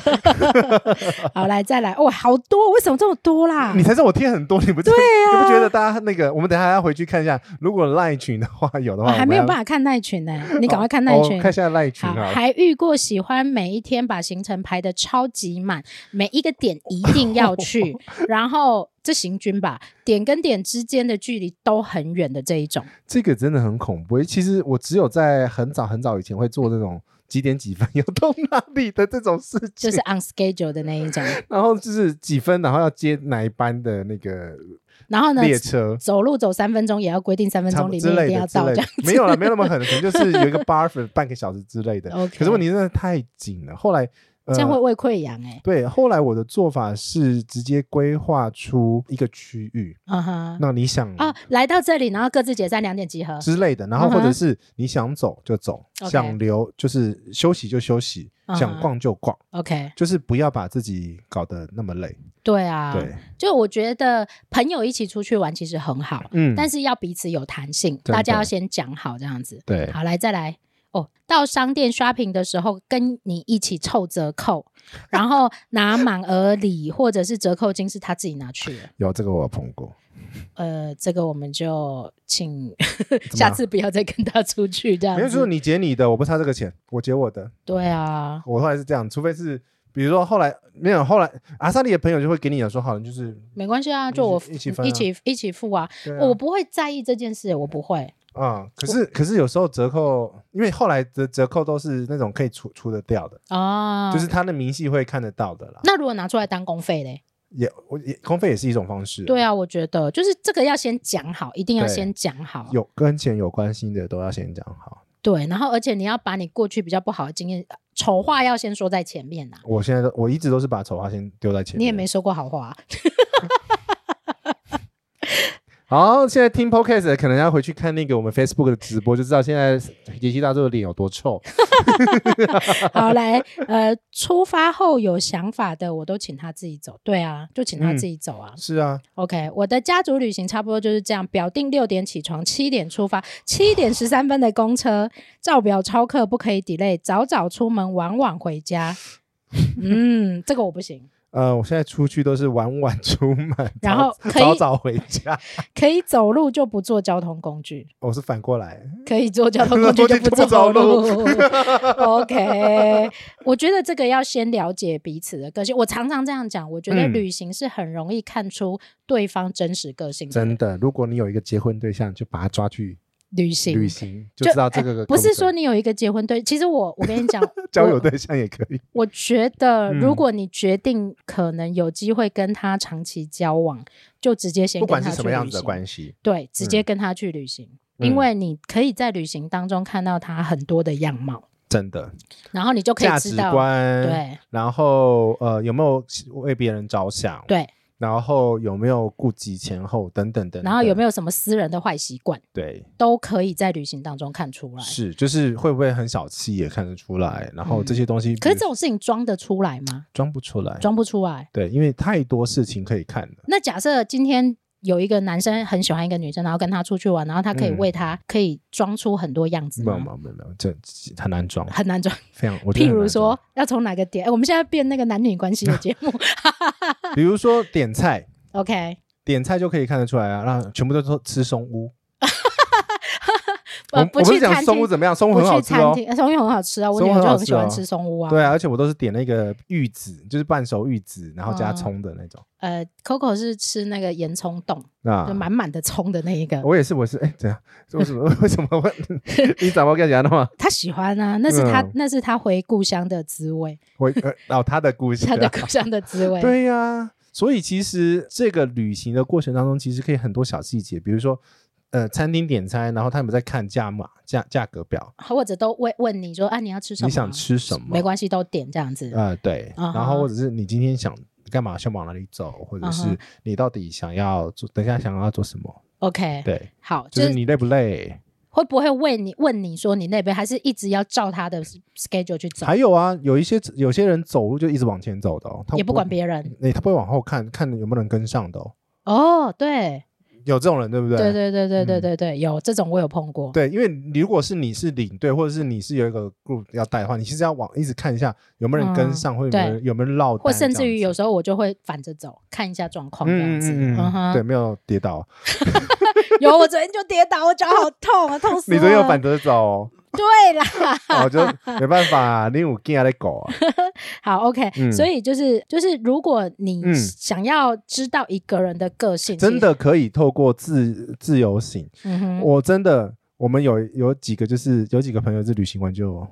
好，来再来，哇、好多，为什么这么多啦？你才知道我贴很多，你不对啊你不觉得大家那个？我们等一下要回去看一下，如果赖群的话有的我话，啊还没有办法。法看那一群呢、你赶快看那一群。哦看一下赖群好，啊。还遇过喜欢每一天把行程排的超级满，每一个点一定要 [laughs] 去，然后这行军吧，点跟点之间的距离都很远的这一种。这个真的很恐怖。其实我只有在很早很早以前会做这种几点几分要到哪里的这种事就情，是 on schedule 的那一种，然后就是几分，然后要接哪一班的那个然后呢，列车。走路走三分钟也要规定三分差不钟多里之面一类定要的之到类这的样，没有了，没有那 [laughs] 么狠，可能就是有一个 buffer 半个小时之类的。 OK 可是问题真的太紧了。后来，呃这样会胃溃疡哎、对，后来我的做法是直接规划出一个区域，嗯哼，那你想啊，来到这里，然后各自解散，两点集合，之类的，然后或嗯哼者是你想走就走， OK 想留就是休息就休息，嗯哼想逛就逛， OK，就是不要把自己搞得那么累。对啊，对，就我觉得朋友一起出去玩其实很好，嗯，但是要彼此有弹性，的大家要先讲好这样子。对好来再来，哦，到商店 shopping 的时候跟你一起凑折扣，然后拿满额礼或者是折扣金是他自己拿去的。有这个我有碰过，呃，这个我们就请下次不要再跟他出去这样没有就是子。你结你的，我不差这个钱，我结我的。对啊，我后来是这样，除非是比如说后来没有，后来阿萨利的朋友就会给你讲说，好了，就是没关系啊，一就我起一起分啊一起一起付啊，对我不会在意这件事，我不会。啊啊、可是可是有时候折扣，因为后来的折扣都是那种可以除除得掉的，哦，就是他的明细会看得到的啦。那如果拿出来当公费嘞？也我也公费也是一种方式，对啊，我觉得就是这个要先讲好，一定要对先讲好。有跟钱有关系的都要先讲好。对，然后而且你要把你过去比较不好的经验，呃丑话要先说在前面呐、我现在都我一直都是把丑话先丢在前面，你也没说过好话啊，好，现在听 podcast 的可能要回去看那个我们 Facebook 的直播，就知道现在杰西大叔的脸有多臭。好来，呃，出发后有想法的，我都请他自己走。对啊，就请他嗯自己走啊。是啊， OK，我的家族旅行差不多就是这样，表定六点起床，七点出发，七点十三分的公车，照表超课，不可以 delay，早早出门，晚晚回家。嗯，这个我不行，呃，我现在出去都是晚晚出门，然后早可以早早回家。可以走路就不坐交通工具。我是反过来，可以坐交通工 [laughs] 具就不走 [laughs] OK，我觉得这个要先了解彼此的个性。我常常这样讲，我觉得嗯旅行是很容易看出对方真实个性的。 [laughs] 真的，如果你有一个结婚对象，就把他抓去旅行哎旅行，就知道这个不是公说正，你有一个结婚对， [laughs] 其实我我跟你讲交友我对象也可以。我觉 [laughs] 得嗯如果你决定可能有机会跟他长期交往，就直接先不跟管他是去什么样子的旅行关系，对，直接跟他去旅行。嗯因为你可以在旅行当中看到他很多的样貌，真的然后你就可价以值知道，观，，对然后呃有没有为别人着想，，对，然后有没有顾及前后等等等等，然后有没有有什么私人的坏习惯，对都可以在旅行当中看出来。是，就是会不会很小气也看得出来，然后这些东西、嗯可是这种事情装得出来吗？装不出来，装不嗯出来。对，因为太多事情可以看了，那假设今天有一个男生很喜欢一个女生，然后跟她出去玩，然后他可以嗯为她、可以装出很多样子没有吗？没有没有没有，这很难装，很难装。非常，我觉得哎譬很如难装说，，要从哪个点？哎我们现在变那个男女关系的 [laughs] 节目。比如说点菜， OK，点菜就可以看得出来啊，那全部都说吃松屋，我呃，我不去是讲餐松厅屋，怎么样，松屋不很好去吃餐哦。厅，呃松屋很好吃啊，我松女儿屋很就好很吃喜欢哦吃松屋啊。对啊，而且我都是点那个玉子，就是半熟玉子，然后加嗯葱的那种。呃，Coco 是吃那个盐葱冻，那就满满的葱的那一个。我也是，我是哎，怎样？为什么 [laughs] 为什么会？你怎么跟讲的吗？他喜欢啊，那是他、嗯那是他回故乡的滋味，我呃哦，他的故事，他的故乡的滋味。对呀、所以其实这个旅行的过程当中，其实可以很多小细节，比如说，呃，餐厅点餐，然后他们在看价码、价价格表，或者都问问你说啊，你要吃什么？你想吃什么？没关系，都点这样子。呃，对。啊哈然后或者是你今天想干嘛，想往哪里走，或者啊是哈你到底想要做，等一下想要做什么？ OK，对，好，就就是是你累不累？会不会问你问你说你那边还是一直要照他的 schedule 去走，还有啊，有一些有些人走路就一直往前走的哦，他也不管别人。那、他不会往后看看有没有人跟上的哦，哦，对，有这种人对不对？对对对对对嗯对对，有这种我有碰过。对，因为你如果是你是领队，或者是你是有一个 group 要带的话，你其实要往一直看一下有没有人跟嗯上，或者有没有人有没有人落单这或样子，甚至于有时候我就会反着走，看一下状况这样嗯子。嗯嗯嗯嗯，对，哼，没有 [laughs] 跌倒。有我昨天就跌倒，我脚好痛啊，痛死我 [laughs] 你了。都有反着走，对啦，我就没办法、啊，你有惊的狗 [laughs] 啊。好，OK，、嗯所以就是就是，如果你嗯想要知道一个人的个性，真，的可以透过自自由行，嗯哼，我真的我们有有几个就是有几个朋友是旅行完就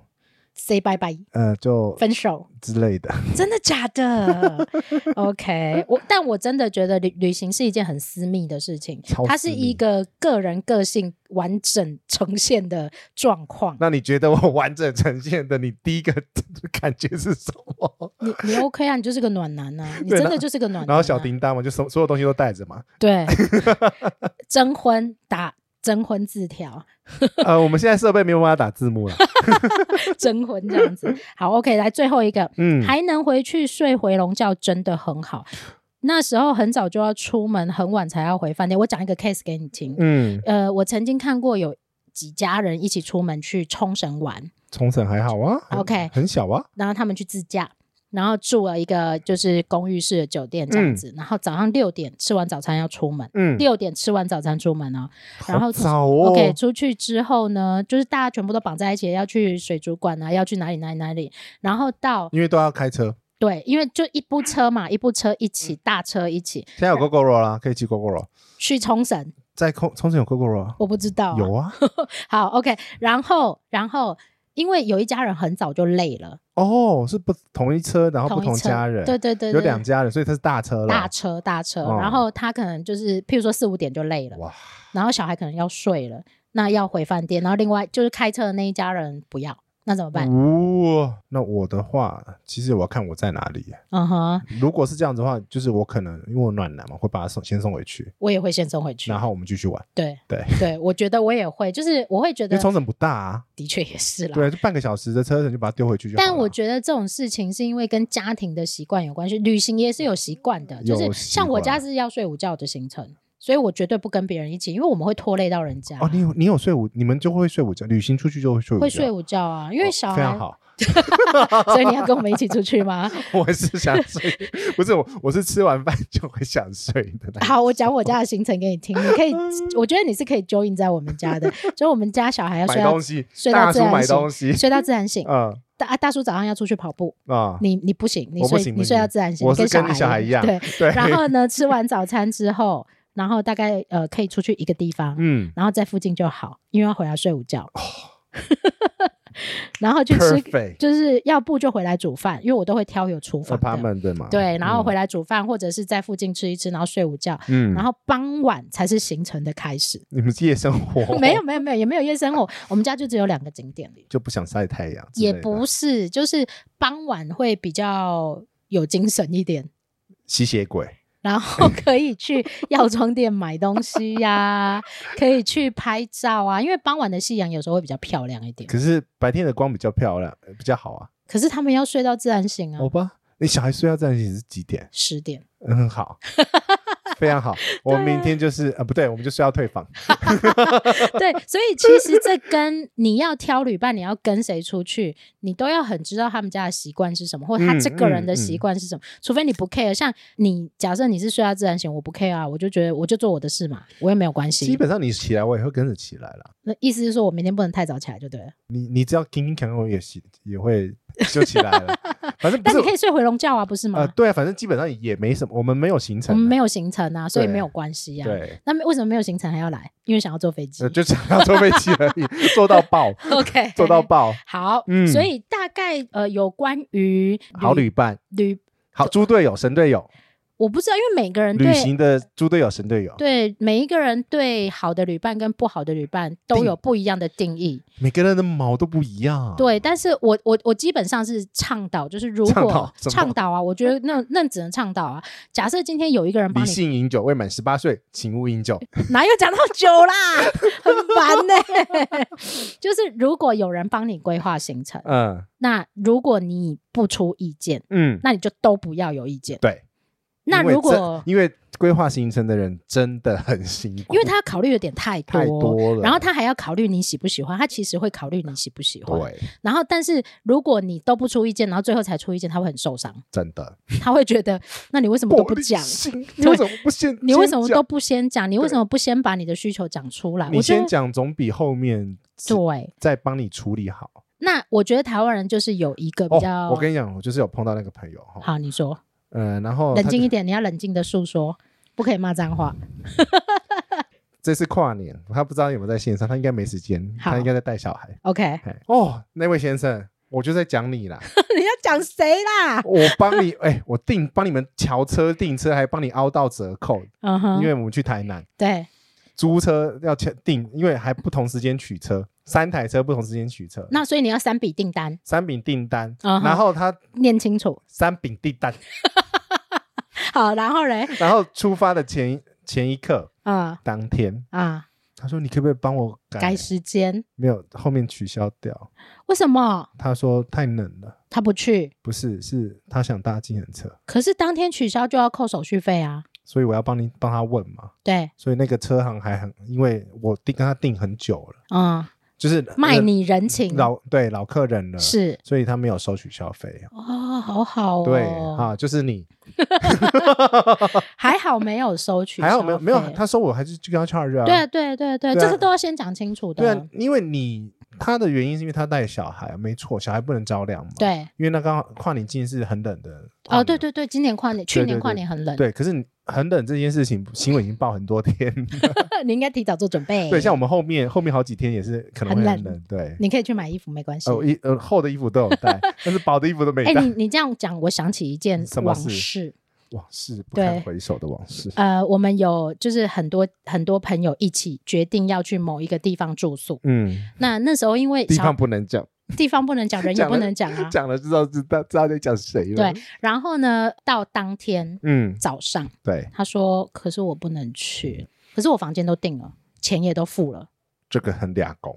say bye bye，呃就分手，之类的， [laughs] 真的假的？OK，我但我真的觉得旅旅行是一件很私密的事情超，它私是密一个个人个性完整呈现的状 [laughs] 况。那你觉得我完整呈现的，你第一个 [laughs] 感觉是什 [laughs] 么？你你 OK 啊，你就是个暖男啊，你对真的那就是个暖男、啊。然后小叮当嘛，就所所有东西都带着嘛。 [laughs] 对，征婚打征婚字条，呃，我们现在设备没有办法打字 [laughs] 幕了。征婚这样子。好，OK，来最后一个，嗯，还能回去睡回笼觉，真的很好。那时候很早就要出门，很晚才要回饭店。我讲一个 case 给你听。嗯呃，我曾经看过有几家人一起出门去冲绳玩，冲绳还好啊很 OK 很小啊，然后他们去自驾，然后住了一个就是公寓式的酒店这样子，然后早上六点吃完早餐要出门，嗯，六点吃完早餐出门哦，然后好早哦 OK，出去之后呢，就是大家全部都绑在一起，要去水族馆啊，要去哪里哪里哪里，然后到因为都要开车，对，因为就一嗯部车嘛，一部车一起，大车一起现在有 GoGoRo 啦，可以骑 GoGoRo，去冲绳，在空冲绳有 GoGoRo 啊，我不知道啊、有啊，好 OK，然后然后因为有一家人很早就累了，哦，是不同一车，然哦后不同一同车家人，对对对有对，两家人，所以它是大车了，大车大车，哦然后他可能就是譬如说四五点就累了，哇，然后小孩可能要睡了，那要回饭店，然后另外就是开车的那一家人不要，那怎么嗯办？哇，那我的话，其实我要看我在哪里。嗯哼，如果是这样子的话，就是我可能因为我暖男嘛，会把他送先送回去，我也会先送回去然。后我们继续玩。对对对，我觉得我也会，就是我会觉因得为冲绳不大啊，的确也是啦。对，就半个小时的车程就把它丢回去就好了。但我觉得这种事情是因为跟家庭的习惯有关系，旅行也是有习惯的，就有是像我习惯家是要睡午觉的行程，所以我绝对不跟别人一起，因为我们会拖累到人家。哦，你有你有睡午，你们就会睡午觉，旅行出去就会睡午觉，嗯会睡午觉啊，因为小哦非孩，常好。所以你要跟我们一起出去 [laughs] 吗？我是想 [laughs] 睡，不是我，我是吃完饭就会想睡的那。好，我讲我家的行程给你听，你可 [laughs] 以，我觉得你是可以 join 在我们家的，就是我们家小孩要睡买到东西，睡到大叔自然醒买东西，睡到自然 [laughs] 醒，嗯大啊大叔早上要出去跑步，啊，你你不行，你我不睡行你不睡到行自然醒，我是跟小你小孩一样对，对，然后 [laughs] 呢，吃完早餐之后，然后大概呃可以出去一个地方，嗯然后在附近就好，因为要回来睡午觉。 [laughs] 然后去吃，哦，perfect 就是要不就回来煮饭，因为我都会挑有厨房的。 apartment 对吗？对，然后嗯回来煮饭，或者是在附近吃一吃，然后睡午觉，嗯，然后傍晚才是行程的开始。你们夜生活没有没有没有，也没有夜生活，我们家就只有两个景点就不想晒太阳之类也的，不是，就是傍晚会比较有精神一点，吸血鬼，然 [laughs] 后可以去药妆店买东西呀、可以去拍照啊，因为傍晚的夕阳有时候会比较漂亮一点。可是白天的光比较漂亮，呃比较好啊。可是他们要睡到自然醒啊好，吧，你小孩睡觉在一起是几点？十 [laughs] 点。[laughs] 嗯，好，非常好。我们明天就是呃，不对，我们就睡到退房。对，所以其实这跟你要挑旅伴，你要跟谁出去，你都要很知道他们家的习惯是什么，或者他嗯这个人嗯的习惯是什么。除非你不 care，像你假设你是睡到自然醒，我不 care 啊，我就觉得我就做我的事嘛，我也没有关基系。本上你起来，我也会跟着起来啦。那意思是说我明天不能太早起来就对了，你你只要勤勤恳恳，我也起也会就起 [laughs] 来了。反正不但是你可以睡回笼觉啊，不是吗？呃，对啊，反正基本上也没什么，我们没有行我程啊，们没有行程啊，所以对没有关系啊。对，那为什么没有行程还要来？因为想要坐飞机呃。就想要坐飞机而 [laughs] 已，坐到爆， OK，坐到爆，好，嗯所以大概呃有关于好旅伴，旅，好猪队友、神队友，我不知道，因为每个人旅嗯对行的猪队友、神队友，对每一个人对好的旅伴跟不好的旅伴都定有不一样的定义。每个人的毛都不一样啊。对，但是我我我基本上是倡导，就是如倡果导什么啊，我觉得那那只能倡导啊。假设今天有一个人帮理你，性饮酒，未满十八岁，请勿饮酒。 [laughs] 哪有讲到酒啦，很烦呢、 [laughs] 就是如果有人帮你规划行程。嗯那如果你不出意见，嗯，那你就都不要有意见。对。那因为如这果因为规划行程的人真的很辛苦，因为他考虑的点太多，太多了，然后他还要考虑你喜不喜欢，他其实会考虑你喜不喜欢。对，然后，但是如果你都不出意见，然后最后才出意见，他会很受伤， [laughs] 真的他会觉得那你为什么都不讲？玻 [laughs] 璃心你为什么不先？你为什么先都讲？不先讲？你为什么不先把你的需求讲出来？你我觉先得讲总比后面对。再帮你处理好。那我觉得台湾人就是有一个比较、哦，我跟你讲，我就是有碰到那个朋友哈，好，你说嗯，然后冷他静一点，你要冷静的诉说，不可以骂脏话。这次跨年，他不知道有没有在线上，他应该没时间，好他应该在带小孩。 OK，嘿哦，那位先生，我就在讲 [laughs] 你啦，你要讲谁啦？我帮你，哎、 [laughs] 我订帮你们调车订车，还帮你凹到折扣，嗯因哼，为我们去台南对，租车要签订，因为还不同时间取车，三台车不同时间取车，那所以你要三笔订单，三饼订单，嗯哼然后他念清楚。三饼订 [laughs] 单，好，然后嘞，然后出发的前一前一刻啊当天，啊，他说你可不可以帮我改？改时间，没有，后面取消掉。为什么他说太冷了。他不去？不是，是他想搭计程车。可是当天取消就要扣手续费啊。所以我要帮你帮他问嘛。对，所以那个车行还很，因为我订跟他订很久了，嗯，就是卖你人情啊呃老对老客人了，，是所以他没有收取消费。哦，好好哦，对啊，就是你还好没有收取消还费，好没有没有他收我还是就跟他 charge 啊？对对对对，对啊这个都要先讲清楚对的啊，，因为你他的原因是因为他带小孩，没错，小孩不能着凉嘛。，对，因为那刚好跨年境是很冷的。哦，对。对对，今年跨年，去啊对年对跨对年很冷，对，可是你很冷这件事情，新闻已经报很多天。 [laughs] 你应该提早做准备。对，像我们后面后面好几天也是可能会很很冷冷。对，你可以去买衣服，没关系。哦，衣呃厚的衣服都有 [laughs] 带，但是薄的衣服都没哎、带。你你这样讲，我想起一件什么往事事。往事不对堪回首的往事。呃，我们有就是很多很多朋友一起决定要去某一个地方住宿。嗯，那那时候因为地小方不能讲，地方不能讲，人也讲不了能讲啊。讲了知道知道知道在讲谁了。对，，然后呢，到当天嗯，早上，对，他说：“可是我不能去，可是我房间都订了，钱也都付了。这个很俩公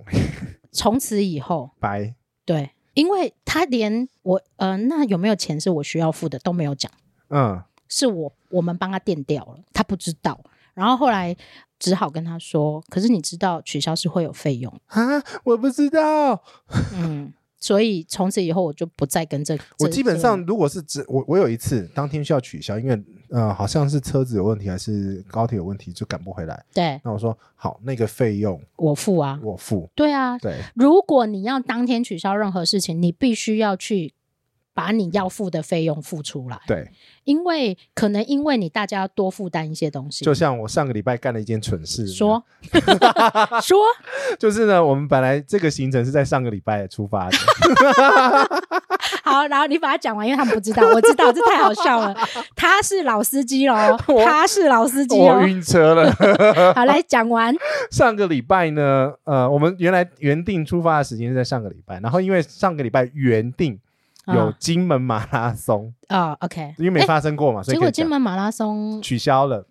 从此以后，拜。对，因为他连我呃，那有没有钱是我需要付的都没有讲，嗯，是我我们帮他垫掉了，他不知道。然后后来只好跟他说，可是你知道取消是会有费 [laughs] 用，啊，我不知道，嗯，所以从此以后我就不再跟这。我这基本这上如果是只我我有一次当天需要取消，因为呃好像是车子有问题还是高铁有问题，就赶不回来。对那我说好，那个费用我付啊，我付。对啊。对，如果你要当天取消任何事情，你必须要去把你要付的费用付出来， [laughs] 对，因为可能因为你大家要多负担一些东西。就像我上个礼拜干了一件蠢事，说 [laughs] 说，就是呢，我们本来这个行程是在上个礼拜出发的，好，然后你把它讲完，因为他们不知道， [laughs] 我知道，这太好笑了。他是老司 [laughs] 机喽，他是老司 [laughs] 机我哦。晕车 [laughs] 了。好，来讲完，上个礼拜呢，呃，我们原来原定出发的时间是在上个礼拜，然后因为上个礼拜原定有啊金门马拉松，啊，OK、因为没发生过嘛，所以结可果以金讲门马拉松，取消了。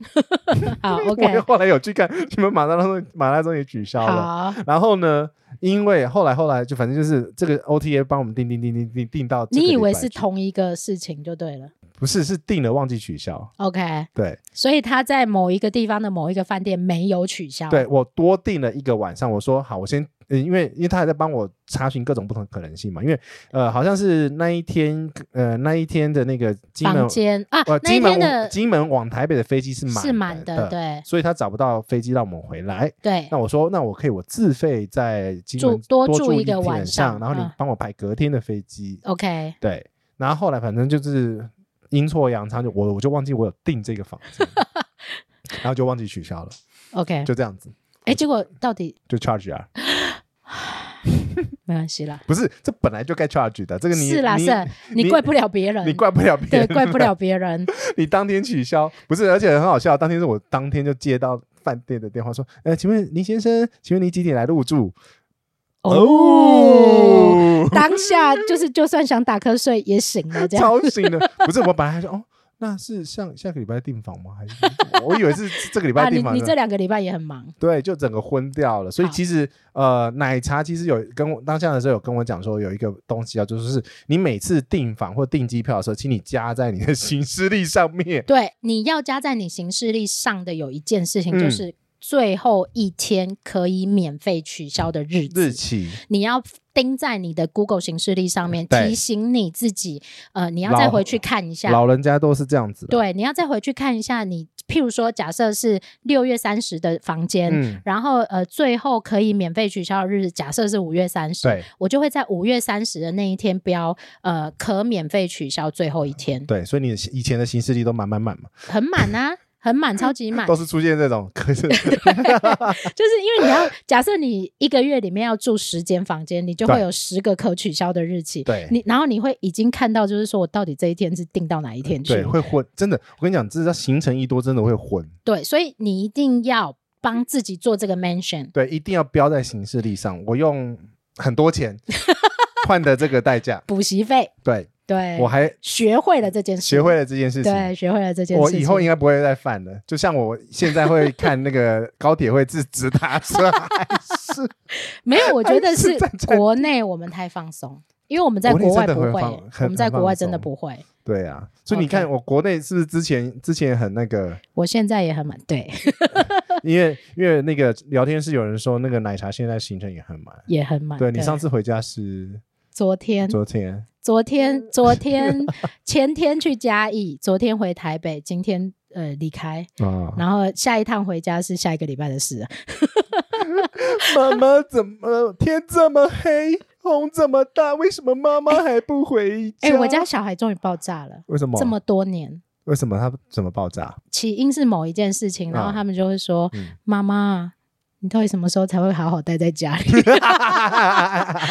好 [laughs] [laughs] 我，OK，后来有去看金门马拉松，马拉松也取消了。好，然后呢，因为后来后来就反正就是这个 OTA 帮我们订订订订订订到这个礼你拜去，以为是同一个事情就对了不是是订了忘记取消？ ，OK，对所以他在某一个地方的某一个饭店没有取消，对，我多订了一个晚上，我说好，我先。呃因为因为他还在帮我查询各种不同的可能性嘛，因为呃，好像是那一天呃那一天的那个金门房间啊呃，那一金天门的往金门往台北的飞机是满是满的的，，对所以他找不到飞机让我们回来。对那我说，那我可以我自费在金门住多住住一一个晚晚上然后你嗯帮我排隔天的飞机。 ，OK，对，然后后来反正就是阴错阳差，就我我就忘记我有订这个房 [laughs] 子，然后就忘记取消了， OK，就这样子哎，结果到底就 charge 啊，没关系啦，不是这本来就该 charge 的，这个你是啦，你是啦你你怪不了别人，你怪不了别对人，怪不，了别人， [laughs] 你当天取消不是，而且很好笑，当天是我当天就接到。饭店的电话说：“呃，请问林先生，请问您几点来入住？”哦。当下就是 [laughs] 就算想打瞌睡也醒了，这样超醒的，不是我本来还说哦，那是上下个礼拜订房吗？还是我以为是这个礼啊，拜你订房你的这两个礼拜也很忙，对，就整个昏掉了。所以好其实呃，奶茶其实有跟我当下的时候有跟我讲说，有一个东西啊，就是你每次订房或订机票的时候，请你加在你的 [laughs] 行事历上面。对，你要加在你行事历上的有一件事情，嗯就是最后一天可以免费取消的日日子，期你要盯在你的 Google 行事历上面，对提醒你自己，呃，你要再老回去看一下，老人家都是这样子的，对，你要再回去看一下你，譬如说，假设是六月三十的房间，嗯，然后呃，最后可以免费取消的日子，假设是五月三十，对我就会在五月三十的那一天标，呃，可免费取消最后一天，对，所以你的以前的行事历都满满满嘛，很满啊，很满，超级 [laughs] 满都，是出现这种，可是就是因为你 [laughs] 要假设你一个月里面要住十间房间，你就会对有十个可取消的日期。对你然后你会已经看到，就是说我到底这一天是定到哪一天去？嗯对会昏，真的，我跟你讲，这叫行程一多，真的会昏。对所以你一定要帮自己做这个 mention。对，一定要标在行事历上。我用很 [laughs] 多钱换的这个代价，补习费，对对，我还学会了这件事，学会了这件事情。对，学会了这件事我情。以后应该不会再犯了。就像我现在会看 [laughs] 那个高铁会自直达车，还是没有，我觉得还是是站在国内我们太放松，因为我们在国内国外真不的会会放欸，很我们在很国外放真的松不会。对啊，所以你看， OK 我国内是不是之前之前很那个？我现在也很满，对，因为因为那个聊天室有人说那个奶茶现在行程也很满。也很满。嗯对你上次回家是昨天，昨天，昨天，昨天前天去嘉义，昨天回台北，今天呃离开，啊，然后下一趟回家是下一个礼拜的事了。妈妈怎么天这么黑，风这么大，为什么妈妈还不回家？哎、我家小孩终于爆炸了，为什么？这么多年。为什么他怎么爆炸？起因是某一件事情，然后啊他们就会说 [laughs] 嗯：“ [laughs] 妈妈、你到底什么时候才会好好待在家 [laughs] 里？”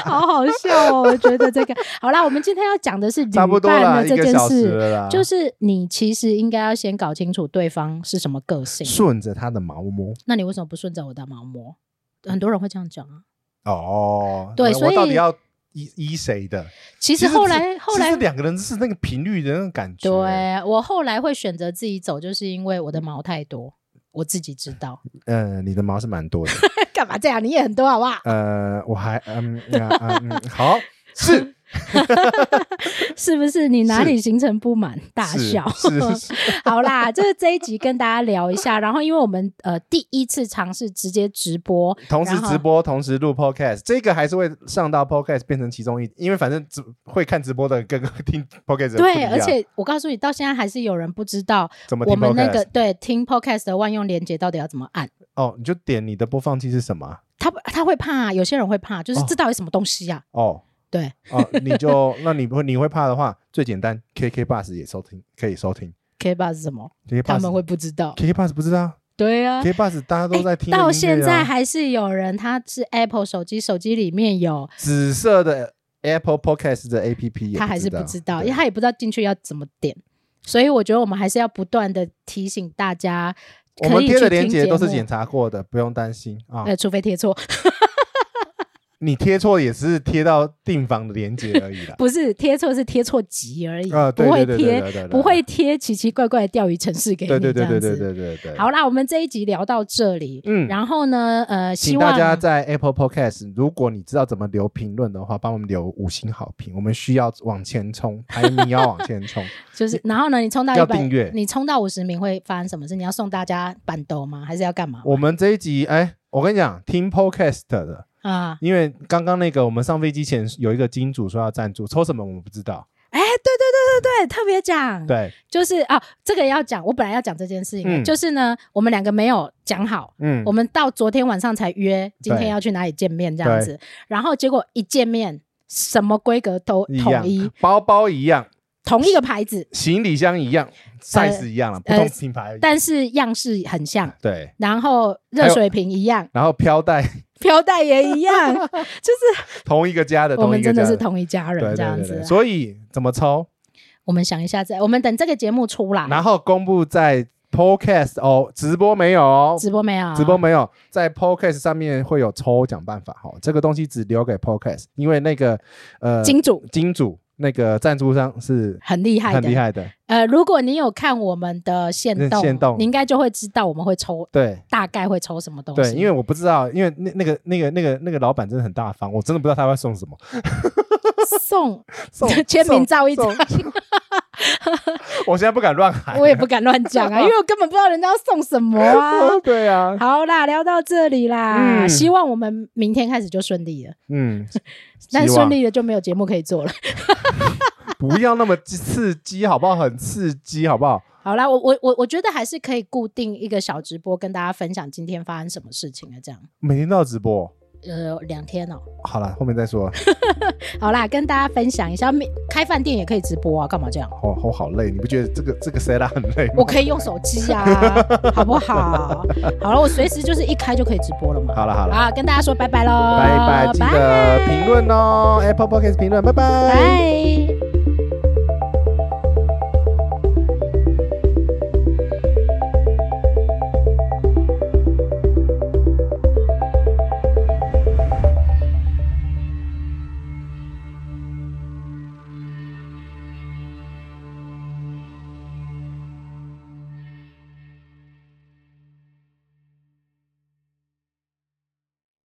好好笑哦！我觉得这个好啦，我们今天要讲的是旅差不多啦，伴的一这个件小时啊事，了啦，就是你其实应该要先搞清楚对方是什么个性。顺着他的毛摸那你为什么不顺着我的毛摸？很多人会这样讲啊。哦。对我所以我到底要依依谁的？其实其实后是来后其来实两个人是那个频率的那种感觉。对我后来会选择自己走，就是因为我的毛太多，我自己知道。嗯、你的毛是 [laughs] 蛮多的。干嘛这样？你也很多好不好？呃，我还嗯啊啊嗯，好是 [laughs] 是不是？你哪里形成不满？ [laughs] 大是笑。是是是 [laughs] 好啦，就是这一集跟大家聊一下。然后，因为我们呃第一次尝试直接直播，同时然后直播，同时录 podcast，这个还是会上到 podcast 变成其中一，因为反正直会看直播的跟 [laughs] 听 podcast 的人不一对，样而且我告诉你，到现在还是有人不知道怎么听我们那 podcast 个对听 podcast 的万用连接到底要怎么按。哦，你就点你的播放器是什么啊他他会怕、有些人会怕，就是哦这到底什么东西啊？哦。对，哦，你就那你会你会怕的话，最简单，KK Bus 也收听，可以收听。 K b u 是什么？ KK 他们 Bus 会不知道。 KK Bus 不知道对啊， ，KK Bus 大家都在听的音乐啊、到现在还是有人他是 Apple 手机，手机里面有，紫色的 Apple Podcast 的 APP，也他还是不知道，因对为他也不知道进去要怎么点。所以我觉得我们还是要不断的提醒大家，我们贴的可以去链听接都是节检目，查过的，不用担心啊。呃，除非贴错，。你贴错也是贴到订房的链接而已啦不是贴错是贴错集而已，啊，对不会对对对贴对对，不会贴奇奇怪怪的钓鱼城市给你对对这对样对对子。对对对。好，啦，我们这一集聊到这里，嗯然后呢，呃，希请望大家在 Apple Podcast，如果你知道怎么留评论的话，帮我们留五星好评，我们需要往 [laughs] 前冲，排名要往前冲。就是，然后呢，你冲到要一百订阅，你冲到五十名会发生什么事？你要送大家板豆吗？还是要干嘛我们这一集，哎，我跟你讲，听 Podcast 的，啊？因为刚刚那个我们上飞机前有一个金主说要赞助，抽什么我们不知道。哎，对对对对对，特别讲，对，就是啊，这个要讲，我本来要讲这件事情的，嗯就是呢，我们两个没有讲好。嗯我，们到昨天晚上才约，今天对要去哪里见面这样子，然后结果一见面，什么规格都一统一样，，包包一样，同一个牌子，行李箱一样，size 一样了，不呃同品牌而已。但是样式很像，对，然后热水瓶一样，然后飘带 [laughs] 飘带也一样，就是同一个家的，我同们一个真家的是同一家对人对这样对子啊对，。所以怎么抽？我们想一下再，我们等这个节目出来，然后公布在 Podcast 哦，直播没有哦。直播没有？直播没有，在 Podcast 上面会有抽奖办法哦，这个东西只留给 Podcast，因为那个呃金主金主那个赞助商是很厉害很的，厉害的，呃，如果你有看我们的线动，嗯限动你应该就会知道我们会抽，对大概会抽什么东西。对， [laughs] 因为我不知道，因为那那个那个那个那个老板真的很大方，我真的不知道他会送 [laughs] 什么，送 [laughs] 送签名照一张送，送我现在不敢乱喊，。我也不敢乱讲啊，因为我根本不知道人家要送什么啊 [laughs] 对啊，好啦，聊到这里啦，嗯希望我们明天开始就顺利了。 [laughs] 嗯，但希顺望利了就没有节目可以做了。不要那么刺激，好不好？很刺激，好不好？好啦，我我我我觉得还是可以固定一个小直播，跟大家分享今天发生什么事情了。啊这样，每天都要直播，呃，两天哦、好了，后面再说。好啦，跟大家分享一下，没开饭店也可以直播啊，干嘛这样？哦我我好累，你不觉得这个这个 set up 很累吗我？可以用手机啊，好不好？好了，我随时就是一开就可以直播了嘛。好了好了，啊，跟大家说拜拜喽，拜拜，记得评论哦，Apple Podcast 评论，拜拜。